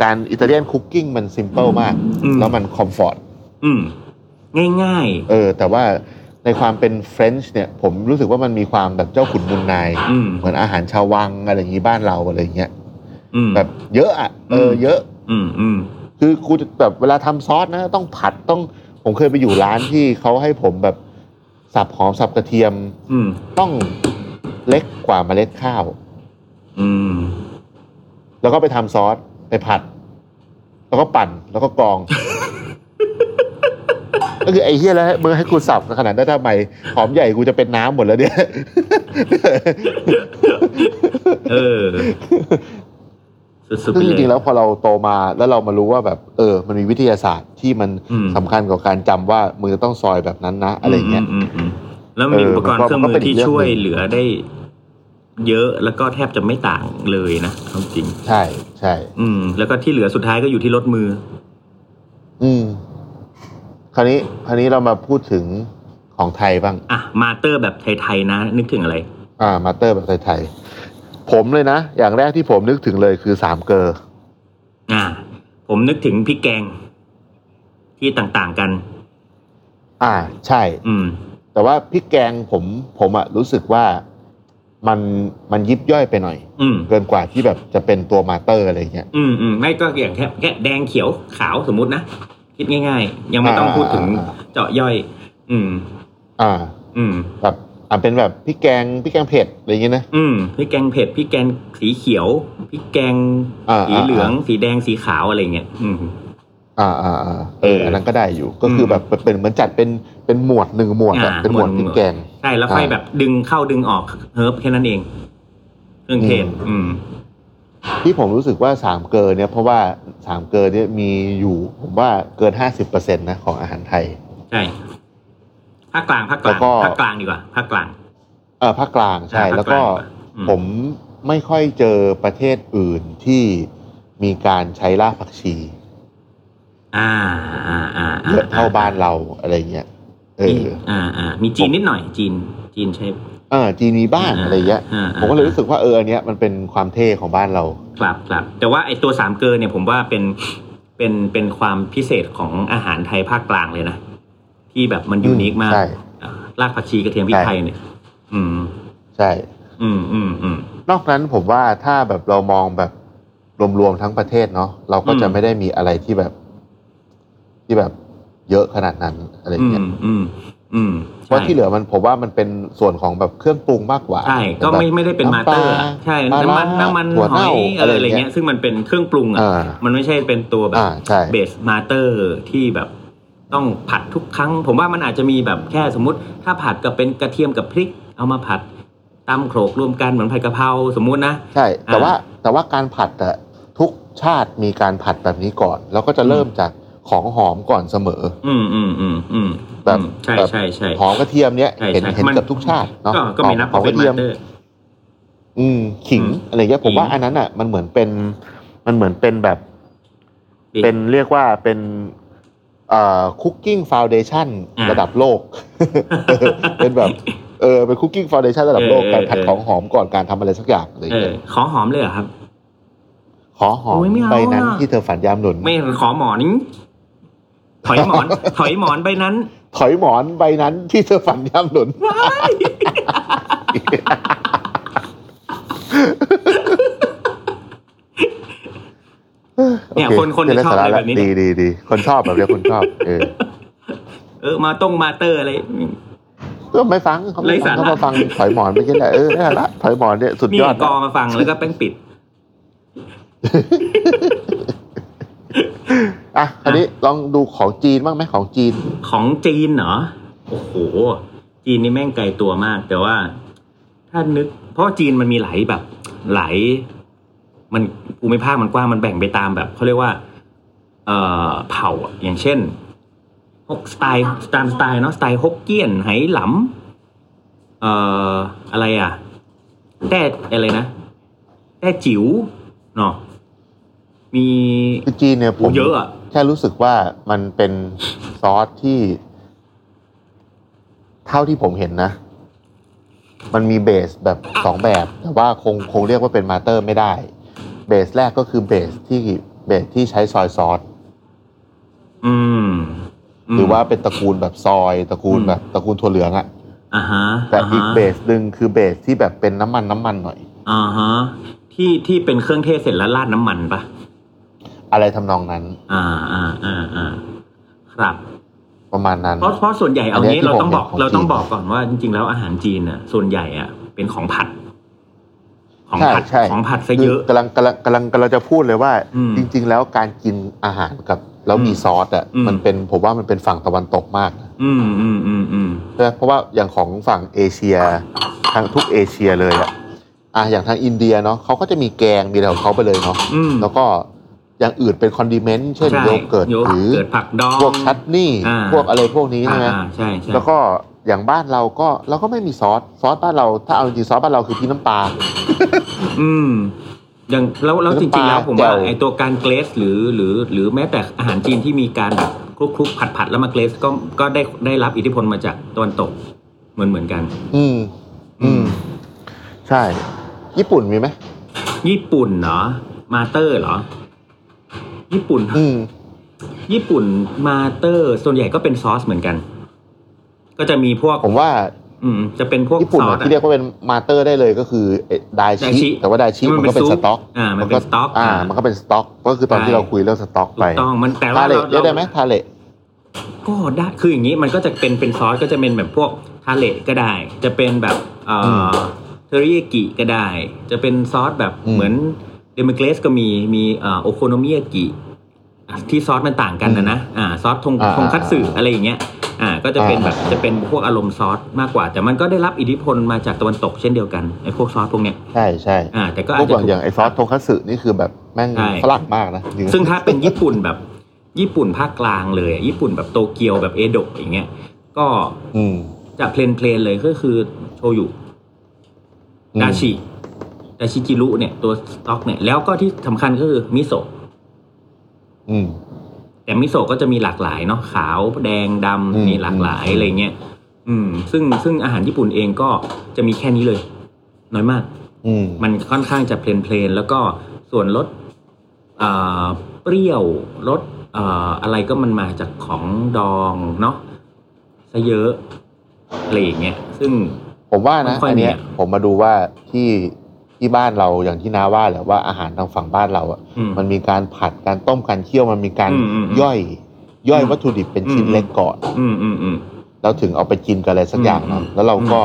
D: การอิตาเลียนคุกกิ้งมันซิมเ l ิลมาก
C: อืม
D: แล้วมันคอมฟอร์ต
C: อืม ง่าย ๆ
D: เออ แต่ว่าในความเป็นเฟรนช์เนี่ย ผมรู้สึกว่ามันมีความแบบเจ้าขุนมุนนาย
C: อืม
D: เหมือนอาหารชาววังอะไรอย่างนี้บ้านเราอะไรอย่างเงี้ย
C: อืม
D: แบบเยอะอ่ะเออ
C: ม
D: เยอะ
C: อืมอืม
D: คือกูจะแบบเวลาทำซอสนะ ต้องผัดต้องผมเคยไปอยู่ร้านที่เขาให้ผมแบบสับหอมสับกระเทียม
C: อืม
D: ต้องเล็กกว่าเมล็ดข้าว
C: อืม
D: แล้วก็ไปทำซอสไปผัด แล้วก็ปั่นแล้วก็กรอง ก็คือไอ้เฮียแล้วมึงให้กูสับขนาดนั้นทำไมหอมใหญ่กูจะเป็นน้ำหมดแล้วเนี่ย
C: เออ สุดๆไป
D: ซึ่งจ
C: เลย
D: ริงๆแล้วพอเราโตมาแล้วเรามารู้ว่าแบบเออ มันมีวิทยาศาสตร์ที่มัน
C: อืม
D: สำคัญกับการจำว่ามึงจะต้องซอยแบบนั้นนะ อะไรเงี้ย
C: มมอืมแล้วมี
D: เออ
C: อุปกรณ์
D: มัน
C: เค
D: ก็
C: รื่องมื
D: มันก็เป็
C: อน
D: อี
C: ที่
D: กเรื่อง
C: ช่วย
D: หนึ่ง
C: เหลือได้ เยอะแล้วก็แทบจะไม่ต่างเลยนะเอาจริง
D: ใช่ใช่
C: อืม แล้วก็ที่เหลือสุดท้ายก็อยู่ที่รถมือ
D: อืม คราวนี้คราวนี้เรามาพูดถึงของไทยบ้าง
C: อ่ะ มาเตอร์แบบไทย ๆ นะ นึกถึงอะไร
D: อ่า มาสเตอร์แบบไทยๆผมเลยนะ อย่างแรกที่ผมนึกถึงเลยคือสามเกลอ
C: อ่า ผมนึกถึงพริกแกง ที่ต่างๆกัน
D: อ่า ใช่
C: อืม
D: แต่ว่าพริกแกงผมผมอะรู้สึกว่ามันมันยิบย่อยไปหน่อย
C: อืม
D: เกินกว่าที่แบบจะเป็นตัวมาสเตอร์อะไรเงี้ย
C: อืมอืมไม่ก็อย่างแค่แค่แดงเขียวขาวสมมุตินะ คิดง่าย ๆ ยังไม่ต้อง
D: อ่า
C: พูดถึง
D: อ่า
C: เจาะย่อย อืม
D: อ่า
C: อืม
D: แบบอ่าเป็นแบบพริกแกงพริกแกงเผ็ดอะไรเงี้ยนะ
C: อืมพริกแกงเผ็ดพริกแกงสีเขียวพริกแกง
D: อ่า
C: สีเหลือง สีแดงสีขาวอะไรเงี้ยอืม
D: อ่าอ่าอ่าเออ
C: เอออั
D: อันนั้นก็ได้อยู่ ก็คืออ
C: ม
D: แบบเป็นเหมือนจัดเป็นเป็นหมวดหนึ่งหมวดอะ
C: อ่า
D: เป็นหมว
C: ห
D: ด
C: มวดห
D: พ
C: นึ่
D: ริ
C: ง
D: กแกง
C: ใช่แล้วค่อย
D: อ่า
C: แบบดึงเข้าดึงออกเฮิร์บแค่นั้นเอง เครื่องเทศ
D: อืม
C: อืม
D: ที่ผมรู้สึกว่าสามเกลอเนี่ยเพราะว่าสามเกลอเนี่ยมีอยู่ผมว่าเกินห้าสิบเปอร์เซ็นต์นะของอาหารไทย
C: ใช่ภาคกลางภาคก
D: แล้
C: ลาง
D: วก็
C: ภาคกลางดีกว่าภาคกลาง
D: เออภาคกลางใช่
C: อ่าภาค
D: แล้วก็
C: กลางอ่ะอืม
D: ผมไม่ค่อยเจอประเทศอื่นที่มีการใช้รากผักชี
C: อ่าอ่าอ่าอ่
D: เยอะเท่าบ้านเราอะไรเงี้ยเออ
C: อ่าอ่ามีจีนนิดหน่อย จีน จีนใช้
D: เออจีนมีบ้างอะไรเงี้ย
C: อ่าอ่า
D: ผมก็เลยรู้สึกว่าเอออันเนี้ยมันเป็นความเท่ของบ้านเรา
C: ครับครับแต่ว่าไอตัวสามเกลอเนี่ยผมว่าเป็นเป็นเป็นความพิเศษของอาหารไทยภาคกลางเลยนะ ที่แบบมันยูนิคมาก
D: ใช่
C: รากผักชีกระเทียมพริกไทยเนี่ย อืม
D: ใช่
C: อืมอืมอืม
D: นอกนั้นผมว่าถ้าแบบเรามองแบบรวมๆทั้งประเทศเนาะเราก็จะ
C: อืม
D: ไม่ได้มีอะไรที่แบบ ที่แบบเยอะขนาดนั้นอะไร
C: อื
D: เงี้
C: ม
D: ย
C: อืมอืม
D: เพราะ
C: ใช่
D: ที่เหลือมันผมว่ามันเป็นส่วนของแบบเครื่องปรุงมากกว่า
C: ใช่ก็ไม่
D: แบบ
C: ไม่ได้เป็นมา
D: ำ
C: เตอร์
D: ปล
C: อะใช่
D: ปลา
C: น้ำมัน
D: ร้า
C: น้ำมัน
D: ถั่ว
C: หอ
D: เน่าย
C: อะไรอะไรเงี้ย ซึ่งมันเป็นเครื่องปรุงอ่ะ
D: อ่า
C: มันไม่ใช่เป็นตัวแบบ
D: อ่าใช่
C: เบสมาเตอร์ที่แบบต้องผัดทุกครั้ง ผมว่ามันอาจจะมีแบบแค่สมมติ ถ้าผัดกับเป็นกระเทียมกับพริก เอามาผัดตำโขลกรวมกันเหมือนผัดกะเพราสมมุตินะ
D: ใช่ แต่
C: อ่า
D: ว่าแต่ว่าการผัดอะทุกชาติมีการผัดแบบนี้ก่อน แล้วก็จะ
C: อืม
D: เริ่มจากของหอมก่อนเสมอ
C: อืมอืมอืมอืม
D: แบบ
C: ใช่
D: แบบ
C: ใช่ใช่
D: หอมกระเทียมเนี้ย
C: ใช่
D: เห็น
C: ใช่
D: เห็น
C: มัน
D: กับทุกชาติเนาะ
C: ก็ก็ไม่นับ
D: หอ
C: ว่าม เป็น
D: ก
C: มา
D: ระเทียม
C: เตอร์
D: อืมขิง
C: อืม
D: อะไรเงี้ยผมว่า
C: ขิง
D: อันนั้นอ่ะ มันเหมือนเป็นมันเหมือนเป็นแบบ เป็นเรียกว่าเป็นเอ่อคุกกิ้งฟาวเดชัน
C: อ่า
D: ระดับโลก <laughs> เป็นแบบเออเป็นคุกกิ้งฟาวเดชันระดับโลก
C: เออ
D: การผัด
C: เออ
D: ของหอมก่อนการทำอะไรสักอย่างอะไร
C: เออ
D: เงี้ย
C: ขอหอมเลยเหรอครับ
D: ขอหอม
C: โอ้ยไม่เอา
D: ใบนั้น
C: อะ
D: ที่เธอฝันยามหนุน
C: ไม่ขอหมอนถอยหม
D: <laughs>
C: อน ถอยหมอนไปนั้น
D: ถอยหมอนใบนั้นที่เธอฝันยามหนุน
C: เนี่ย
D: โอ
C: คนคนจะ
D: ด้
C: ชอบ
D: สา
C: อะไร
D: ล
C: แบบนี้
D: ดีดีดีคนชอบแบบเนี้ยคนชอบ เออ
C: เออมาต้งมาเตอร์อะไร
D: ก็ไม่ฟังเขาไม่ฟัง
C: ไร้สาระ
D: เขามาฟังถอยหมอนไม่ใช่แหละเออไม่ใช่ละถอยหมอนเนี่ยสุด
C: มี
D: ยอด
C: ก
D: นะ
C: อมาฟังแล้วก็แป้งปิด
D: อ่ะอันนี้ลองดูของจีนบ้างไหมของจีน
C: ของจีนเหรอ โอ้โห จีนนี่แม่งไกลตัวมาก แต่ว่าถ้านึก เพราะจีนมันมีหลายแบบ หลาย มันภูมิภาคมันกว้างมันแบ่งไปตามแบบเขาเรียกว่า เอ่อเผ่าอะอย่างเช่นฮกสไตล์ตามสไตล์เนาะสไตล์ฮกเกี้ยนไหหลำเอ่ออะไรอ่ะแต่อะไรนะแต่จิ๋วเนาะมี
D: คือจีนเนี่ยผ
C: โอ้
D: ม
C: เยอะอะ
D: แค่รู้สึกว่ามันเป็นซอสที่ เท่าที่ผมเห็นนะ มันมีเบสแบบสองแบบ แต่ว่าคงคงเรียกว่าเป็นมาสเตอร์ไม่ได้ เบสแรกก็คือเบสที่เบสที่ใช้ซอยซอส
C: อืมม
D: หรือว่าเป็นตระกูลแบบซอยตระกูล
C: อืม
D: แบบตระกูลถั่วเหลืองอะ
C: อ่าฮะ
D: แต่อีก
C: าฮะ
D: เบสหนึ่งคือเบสที่แบบเป็นน้ำมันน้ำมันหน่อย
C: อ่าฮะที่ที่เป็นเครื่องเทศเสร็จแล้วราดน้ำมันปะ
D: อะไรทำนองนั้น
C: อ่าอ่าอ่าอ่าครับ
D: ประมาณนั้น
C: เพราะเพราะส่วนใหญ่เอา
D: อันเนี้
C: งี้
D: ย
C: เราต้อง
D: ที่
C: บ
D: ผม
C: อก
D: เห็นของ
C: เราต้อง
D: จีน
C: บอกก่อนว่าจริงๆแล้วอาหารจีนอ่ะ ส่วนใหญ่อ่ะ เป็นของผัด ของ
D: ใช่
C: ผัด
D: ใช่
C: ของผัดซะเยอะ
D: คืกำลังกำลังกำลังกำลังจะพูดเลยว่า
C: อืม
D: จริง ๆ แล้วการกินอาหารกับแล้วมี
C: อืม
D: ซอสอ่ะ
C: อืม
D: มันเป็นผมว่ามันเป็นฝั่งตะวันตกมากนะ
C: อืมอืมอืมอืม
D: ใช่ไหมเพราะว่าอย่างของฝั่งเอเชียทางทุกเอเชียเลยอ่ะอ่ะอย่างทางอินเดียเนาะเขาก็จะมีแกงมีอะไรของเขาไปเลยเนาะ
C: อืม
D: แล้วก็อย่างอื่นเป็นคอนดิเมนต์เช่น
C: ใช่
D: โยเกิร์ต
C: โย
D: หรือ
C: เกิร์ตผักดอง
D: พวกชัตนี่
C: อ่า
D: พวกอะไรพวกนี้ใช่ไหม
C: อ่าอ่าใช่ใช่
D: แล้วก็อย่างบ้านเราก็เราก็ไม่มีซอสซอสบ้านเราถ้าเอาจริงๆซอสบ้านเราคือพริกน้ำปลา
C: อืมอย่างแล้วแล้ว
D: แล้ว
C: จริงๆแล้ว
D: ปลา
C: ผมว่า
D: แจ่ว
C: ไอตัวการเกรสหรือหรือ หรือแม้แต่อาหารจีนที่มีการแบบคลุกคลุกผัดผัดๆแล้วมาเกรสก็ก็ได้ได้รับอิทธิพลมาจากตะวันตกเหมือนเหมือนกัน
D: อืม อืม ใช่ ญี่ปุ่นมีไหม
C: ญี่ปุ่นเหรอ มาเตอร์เหรอ ญี่ปุ่น
D: อืม
C: ญี่ปุ่นมาเตอร์ ส่วนใหญ่ก็เป็นซอสเหมือนกัน ก็จะมีพวก
D: ผมว่า
C: อืม จะเป็นพวก
D: ญี่ปุ่น
C: ซอ
D: เนี่ย
C: ส
D: ที่เรียกว่าเป็นมาเตอร์ได้เลยก็คือเอ่อได
C: ดา
D: ชิ แต่ว่าไดชิมันก็เป็น
C: ซุ
D: สต็อก
C: อ่า มันเป็นสต็อก
D: อ่า มันก็เป็นสต็อก ก็คือตอนที่เราคุยเรื่องสต็อก
C: ถู
D: ไป
C: กต้องมันแต่
D: ทา
C: ว่า
D: เล
C: เรา
D: เรียกได้ไหมทาเล
C: ก็ได้คืออย่างนี้มันก็จะเป็นเป็นซอสก็จะเป็นแบบพวกทาเลก็ได้ จะเป็นแบบเอ่อเทอริยากิก็ได้ จะเป็นซอสแบบเหมือนเดมิเกรสก็มีมีเอ่อโอโคโนมิยากิ ที่ซอสมันต่างกันนะนะ อ่า ซอสทงทงคัตสึอะไรอย่างเงี้ย อ่า ก็จะเป็นแบบจะเป็นพวกอารมณ์ซอสมากกว่า แต่มันก็ได้รับอิทธิพลมาจากตะวันตกเช่นเดียวกันไอ้พวกซอสพวกเนี้ย
D: ใช่ใช่
C: อ่า แต่ก็
D: พ
C: อาว จ
D: ก
C: จะ
D: อ
C: ถูก
D: ย่างอย่างไอซอสโทคัตสึนี่คือแบบแม่ง
C: ใช่
D: ฝรั่งมากนะจริๆ
C: ซึ่งถ้าเป็นญี่ปุ่นแบบ ญี่ปุ่นภาคกลางเลยอะญี่ปุ่นแบบโตเกียวแบบเอโดะอย่างเงี้ย ก็
D: อืม
C: จะเพลนเพลนๆเลยก็คือโชยุ
D: อืม
C: ดาชิดาชิจิรุเนี่ยตัวสต็อกเนี่ย แล้วก็ที่สำคัญก็คือมิโซะ
D: อืม
C: แต่มิโซะก็จะมีหลากหลายเนาะขาวแดงดำ
D: อืม
C: มีหลากหลายอะไรเงี้ยอืม ซึ่งซึ่งอาหารญี่ปุ่นเองก็จะมีแค่นี้เลย น้อยมาก
D: อืม
C: มันค่อนข้างจะเพลนเพลนๆแล้วก็ส่วนรสอ่าเปรี้ยวรสอ่าอะไรก็มันมาจากของดองเนาะซะเยอะ อะไรอย่างเงี้ยซึ่ง
D: ผมว่านะ
C: ไม่ค่อย
D: อันเนี้ย
C: มีอะ
D: ผมมาดูว่าที่ที่บ้านเราอย่างที่น้าว่าแหละว่าอาหารทางฝั่งบ้านเราอ่ะ
C: อื
D: มันมีการผัดการต้มการเคี่ยวมันมีการ
C: อืมอืมอืม
D: ย่อย ย่อย
C: อืม
D: วัตถุดิบเป็นชิ้น
C: อืม
D: เล็กก่อน
C: อืมอืมอืม
D: แล้วถึงเอาไปกินกับอะไรสักอย่าง
C: อื
D: นะ
C: มอืม
D: แล้วเราก็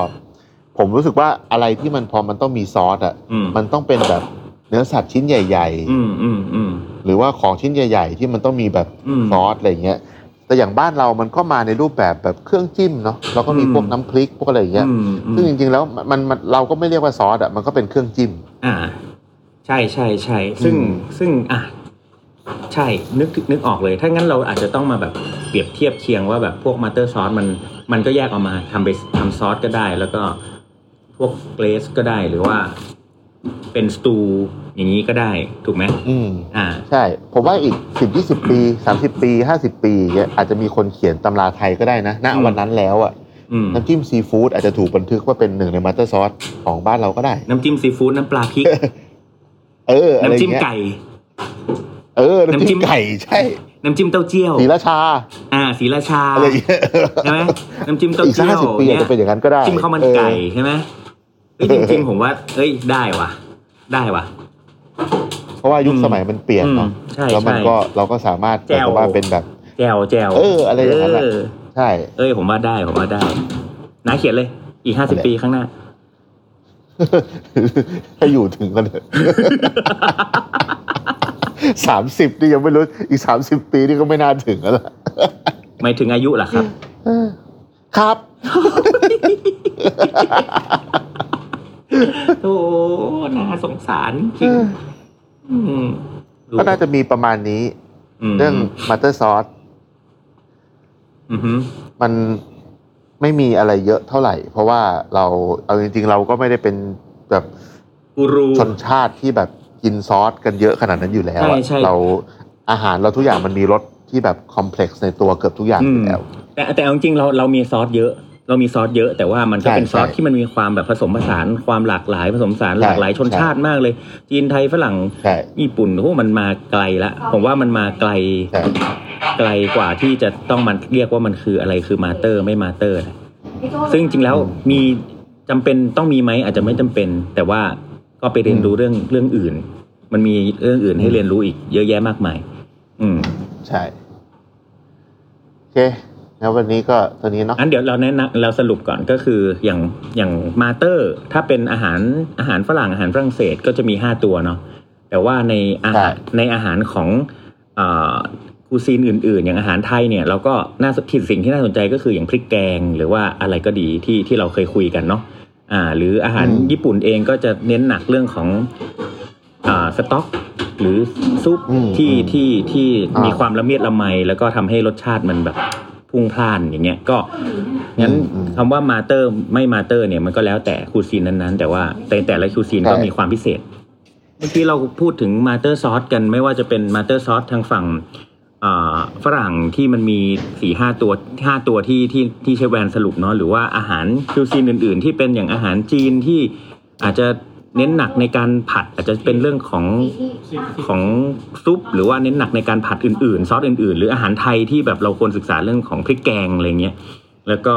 D: ผมรู้สึกว่าอะไรที่มันพอมันต้องมีซอสอ่ะ
C: อืม
D: มันต้องเป็นแบบเนื้อสัตว์ชิ้นใหญ่
C: อืมอืมอืม
D: ๆ หรือว่าของชิ้นใหญ่ ๆ ที่มันต้องมีแบบ
C: อืม
D: ซอสอะไรเงี้ย แต่อย่างบ้านเรามันก็มาในรูปแบบแบบเครื่องจิ้มเนาะแล้วก็มี
C: อืม
D: พวกน้ำพริกพวกอะไรอย่างเงี้ย
C: อืมอืม
D: ซึ่งจริงๆแล้วมันมันเราก็ไม่เรียกว่าซอสอ่ะมันก็เป็นเครื่องจิ้ม
C: อ่า ใช่ใช่ใช่ซึ่ง
D: อืม
C: ซึ่งอ่ะใช่นึกนึกออกเลย ถ้างั้นเราอาจจะต้องมาแบบเปรียบเทียบเคียงว่าแบบพวกมาเตอร์ซอสมันมันก็แยกออกมาทำไปทำซอสก็ได้ แล้วก็พวกเกรสก็ได้หรือว่า เป็นสตูอย่างนี้ก็ได้ ถูกไหม
D: อืม
C: อ่า
D: ใช่ ผมว่าอีกสิบยี่สิบปีสามสิบปีห้าสิบปีเงี้ยอาจจะมีคนเขียนตำราไทยก็ได้นะณ
C: อืม
D: วันนั้นแล้วอ่ะ
C: อืม
D: น้ำจิ้มซีฟู้ดอาจจะถูกบันทึกว่าเป็นหนึ่งในมาสเตอร์ซอสของบ้านเราก็ได้
C: น้ำจิ้มซีฟู้ดน้ำปลาพริก
D: เอออะไร
C: น้ำจิ้ม
D: เงี้ย
C: ไก่
D: เออน้ำจิ้ม
C: น้ำจิ้ม
D: ไก่ใช่
C: น้ำจิ้มเต้าเจี้ยว
D: ศรีราชา
C: อ่าสีราชา
D: อะไรเงี้ย <laughs>
C: ใช่ไหมน้ำจิ้มเต้า
D: อีกสัก
C: เจี้ย
D: ห้าวสิบปีอาจจะเป็นอย่างนั้นก็ได้
C: จิ้มข้าวมันไก่ใช่ไหมเอ้ยจริงๆผมว่า เอ้ยได้ว่ะ ได้ว่ะ
D: เออเพราะว่ายุคสมัยมันเปลี่ยนเนาะ
C: อืมใช่
D: แล้วมัน
C: ใช่
D: ก็เราก็สามารถ
C: แจ่ว
D: บอกว่าเป็นแบบ
C: แจวแจว
D: เอออะไรอย่างนั้นแหละ
C: เ
D: ใช่ <laughs>
C: เอ้ยผมว่าได้ผมว่าได้นาเขียนเลย อีกห้าสิบปีข้างหน้า
D: ให้อยู่ถึงกันเถอะ <laughs> สามสิบนี่ยังไม่รู้อีกสามสิบปีนี่ก็ไม่น่าถึงแล้วล่ะ
C: ไม่ถึงอายุเหรอครับ
D: ครับ
C: โอ้น่าสงสารจริงอืม
D: ก็น่าจะมีประมาณนี้
C: ม
D: เรื่องมัตเตอร์ซอส
C: อือหือ
D: มันไม่มีอะไรเยอะเท่าไหร่ เพราะว่าเราเอาจริงๆ เราก็ไม่ได้เป็นแบบ
C: กูรู
D: ชนชาติที่แบบกินซอสกันเยอะขนาดนั้นอยู่แล้วอะ
C: ใช่ใช่
D: เราอาหารเราทุกอย่างมันมีรสที่แบบคอมเพล็กซ์ในตัวเกือบทุกอย่างอยู่แล้ว
C: แต่แต่เอาจริงๆเราเรามีซอสเยอะ เรามีซอสเยอะ แต่ว่ามันก็
D: ใช่
C: เป็นซอส
D: ใช่
C: ที่มันมีความแบบผสมผสานความหลากหลายผสมผสาน
D: ใช่
C: หลากหลายชน
D: ใช่
C: ชาติมากเลย จีนไทยฝรั่ง
D: ใช่
C: ญี่ปุ่นโอ้มันมาไกลละผมว่ามันมาไกล
D: ใช่
C: ไกลกว่าที่จะต้องมันเรียกว่ามันคืออะไรคือมาเตอร์ไม่มาเตอร์นะซึ่งจริงๆแล้วมีจำเป็นต้องมีไหมอาจจะไม่จำเป็น แต่ว่าก็ไปเรียนรู้เรื่องเรื่องอื่น มันมีเรื่องอื่นให้เรียนรู้อีกเยอะแยะมากมาย อืม
D: ใช่โอเคแล้ววันนี้ก็ตัวนี้เนาะ
C: อันเดี๋ยวเราแนะนำเราสรุปก่อนก็คืออย่างอย่างมาเตอร์ ถ้าเป็นอาหารอาหารฝรั่งอาหารฝรั่งเศสก็จะมี 5 ตัวเนาะแต่ว่าในอาหารในอาหารของคูซีนอื่น ๆ อย่างอาหารไทยเนี่ยเราก็น่าสนที่สิ่งที่น่าสนใจก็คืออย่างพริกแกงหรือว่าอะไรก็ดีที่ที่เราเคยคุยกันเนาะอ่าหรืออาหารญี่ปุ่นเองก็จะเน้นหนักเรื่องของอ่าสต๊อก หรือซุปที่ที่ที่มีความละเมียดละไม แล้วก็ทำให้รสชาติมันแบบพุ่งพล่านอย่างเงี้ยก็ งั้นคำว่ามาเตอร์ไม่มาเตอร์เนี่ยมันก็แล้วแต่คูซีนนั้นๆ แต่ว่าแต่แต่ละคูซีนก็มีความพิเศษ เมื่อกี้เราพูดถึงมาเตอร์ซอสกันไม่ว่าจะเป็นมาเตอร์ซอสทางฝั่งอ่าฝรั่งที่มันมีสี่ห้าตัวห้าตัวที่ที่ที่ใช้แวนสรุปเนาะหรือว่าอาหารคูซีนอื่น ๆ ที่เป็นอย่างอาหารจีนที่อาจจะเน้นหนักในการผัด อาจจะเป็นเรื่องของ ของซุปหรือว่าเน้นหนักในการผัดอื่นๆ ซอสอื่นๆ หรืออาหารไทยที่แบบเราควรศึกษาเรื่องของพริกแกงอะไรเงี้ยแล้วก็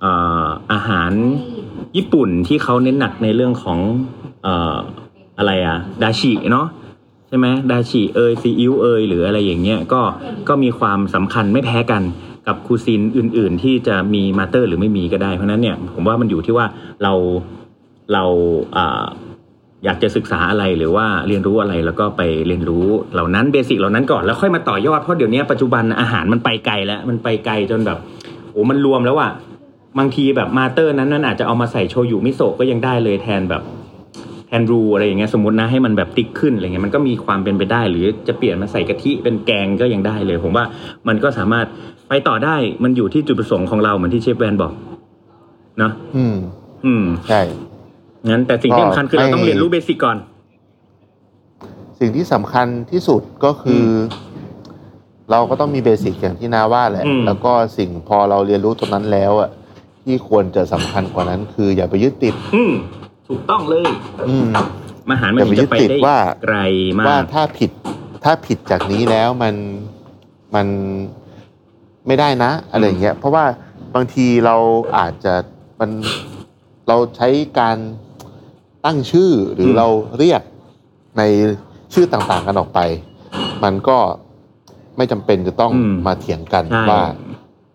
C: เอ่ออาหารญี่ปุ่นที่เขาเน้นหนักในเรื่องของเอ่ออะไรอะดาชิเนาะใช่ไหมดาชิเอยซีอิ๊วเอยหรืออะไรอย่างเงี้ยก็ก็มีความสำคัญไม่แพ้กันกับคูซินอื่น ๆ ที่จะมีมาเตอร์หรือไม่มีก็ได้เพราะฉะนั้นเนี่ยผมว่ามันอยู่ที่ว่าเราเราอ่า อยากจะศึกษาอะไรหรือว่าเรียนรู้อะไรแล้วก็ไปเรียนรู้เหล่านั้นเบสิกเหล่านั้นก่อนแล้วค่อยมาต่อยอดเพราะเดี๋ยวนี้ปัจจุบันอาหารมันไปไกลแล้วมันไปไกลจนแบบโอ้มันรวมแล้วอะบางทีแบบมาเตอร์นั้นนั่นอาจจะเอามาใส่โชยุมิโซะก็ยังได้เลยแทนแบบแทนรูอะไรอย่างเงี้ยสมมตินะให้มันแบบติ๊กขึ้นอะไรเงี้ยมันก็มีความเป็นไปได้ หรือจะเปลี่ยนมาใส่กะทิเป็นแกงก็ยังได้เลย ผมว่ามันก็สามารถไปต่อได้มันอยู่ที่จุดประสงค์ของเราเหมือนที่เชฟแวนบอกเนาะ
D: อืม
C: อืม
D: ใช่
C: งั้นแต่สิ่งที่สำคัญคือเราต้องเรียนรู้เบสิกก่อน
D: สิ่งที่สำคัญที่สุดก็คืออเราก็ต้องมีเบสิกอย่างที่นาว่าแหละ
C: อืม
D: แล้วก็สิ่งพอเราเรียนรู้ตรงนั้นแล้วอ่ะที่ควรจะสำคัญกว่านั้น คืออย่าไปยึดติด
C: อืมถูกต้องเลย
D: อืม
C: มหารมันถึงจะไป
D: อย่าไปยึดติด
C: ได้
D: ว่า
C: ไกลมา
D: ว่าก ถ้าผิดถ้าผิดจากนี้แล้วมันมันไม่ได้นะ อะไรอย่างเงี้ยเพราะว่า บางทีเราอาจจะมันเราใช้การตั้งชื่อหรืออ
C: ม
D: เราเรียกในชื่อต่างๆกันออกไป มันก็ไม่จำเป็นจะต้องมาเถียงกัน
C: ใช่
D: ว่า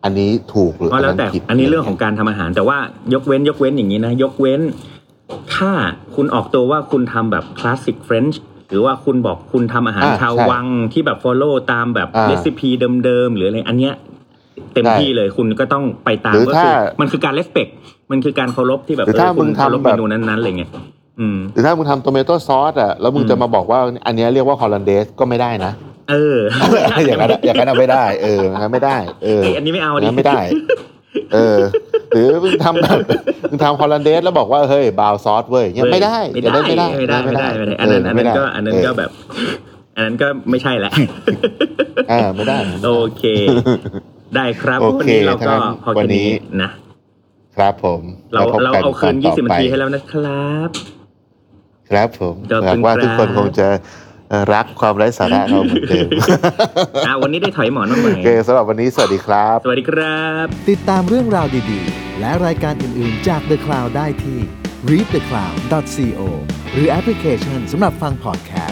D: อันนี้ถูกหรือ
C: ก็
D: อัน
C: แล้ว
D: นั้น
C: แต่
D: ผิด
C: อันนี้เรื่องของการทำอาหาร แต่ว่ายกเว้นยกเว้นอย่างนี้นะ ยกเว้น ถ้าคุณออกตัวว่าคุณทำแบบคลาสสิกเฟรนช์หรือว่าคุณบอกคุณทำอาหาร
D: อ่า
C: ชาว
D: ใช่
C: วังที่แบบ follow ตามแบบ
D: อ่า
C: เรซิปีเดิมๆหรืออะไรอันเนี้ยเต็ม
D: ใช่
C: ที่เลยคุณก็ต้องไปตาม
D: หรือ
C: ก็
D: ถ้า
C: คือมันคือการเลสเ c กมันคือการเคารพที่แบบ
D: หรือ
C: เอ
D: ถ้า
C: อคุ
D: มึ
C: ณ
D: งทำ
C: เคารพ
D: แบ
C: เม
D: บ
C: นูนั้นๆอะไรเงี้ยอืม
D: หรือถ้ามึงทำโตเมโต้ซอสอ่ะแล้วมึง
C: อืม
D: จะมาบอกว่าอันเนี้ยเรียกว่าฮอลันเดสก็ไม่ได้นะ
C: เออ
D: <laughs> อย่างนั้นอะอย่างนั้นอะไม่ได้ เอออย่างนั้นไม่ได้ เออ
C: เอ้ยอันนี้ไม่เอา
D: อย่าง
C: ดิ
D: นั้นไม่ได้ เออ หรือมึงทำแบบมึงทำฮอลันเดสแล้วบอกว่าเฮ้ยบราวน์ซอสเว้ยเนี่ยไม่ได้
C: ไม่ได้
D: อย่างนั้น
C: ไม่ได้ไม่ได้ไม่ได้ อันนั้นอันนั้นก็อันนั้นก็แบบ <laughs> อันนั้นก็ไม่ใช่ <laughs> แหละ
D: เออไม่ได้
C: โอเค ได้ครับ
D: โอเค
C: วันนี้เรา
D: ถ้า
C: ก็
D: งั้น
C: พอ
D: วั
C: แค่
D: นนี้
C: นี้นะ
D: ครับผม
C: เรา
D: แล้ว
C: เรา
D: พบกั
C: เอาคืน
D: ตต่
C: 20นา
D: ไป
C: ทีให้แล้วนะครับ
D: ครับผม
C: ขอบ
D: หวั
C: คุ
D: ง
C: ณ
D: ว่าทุกคน
C: ครับ
D: คงจะเอ่อรักความไร้สาระเราเหมือนเดิม
C: <laughs> อ่าวันนี้ได้ถอยหมอนออกไป
D: โอเคสำหรับวันนี้สวัสดีครับ
C: สวัสดีครับ
A: ติดตามเรื่องราวดีๆ และรายการอื่นๆจาก The Cloud ได้ที่ readthecloud.co หรือแอปพลิเคชันสำหรับฟัง podcast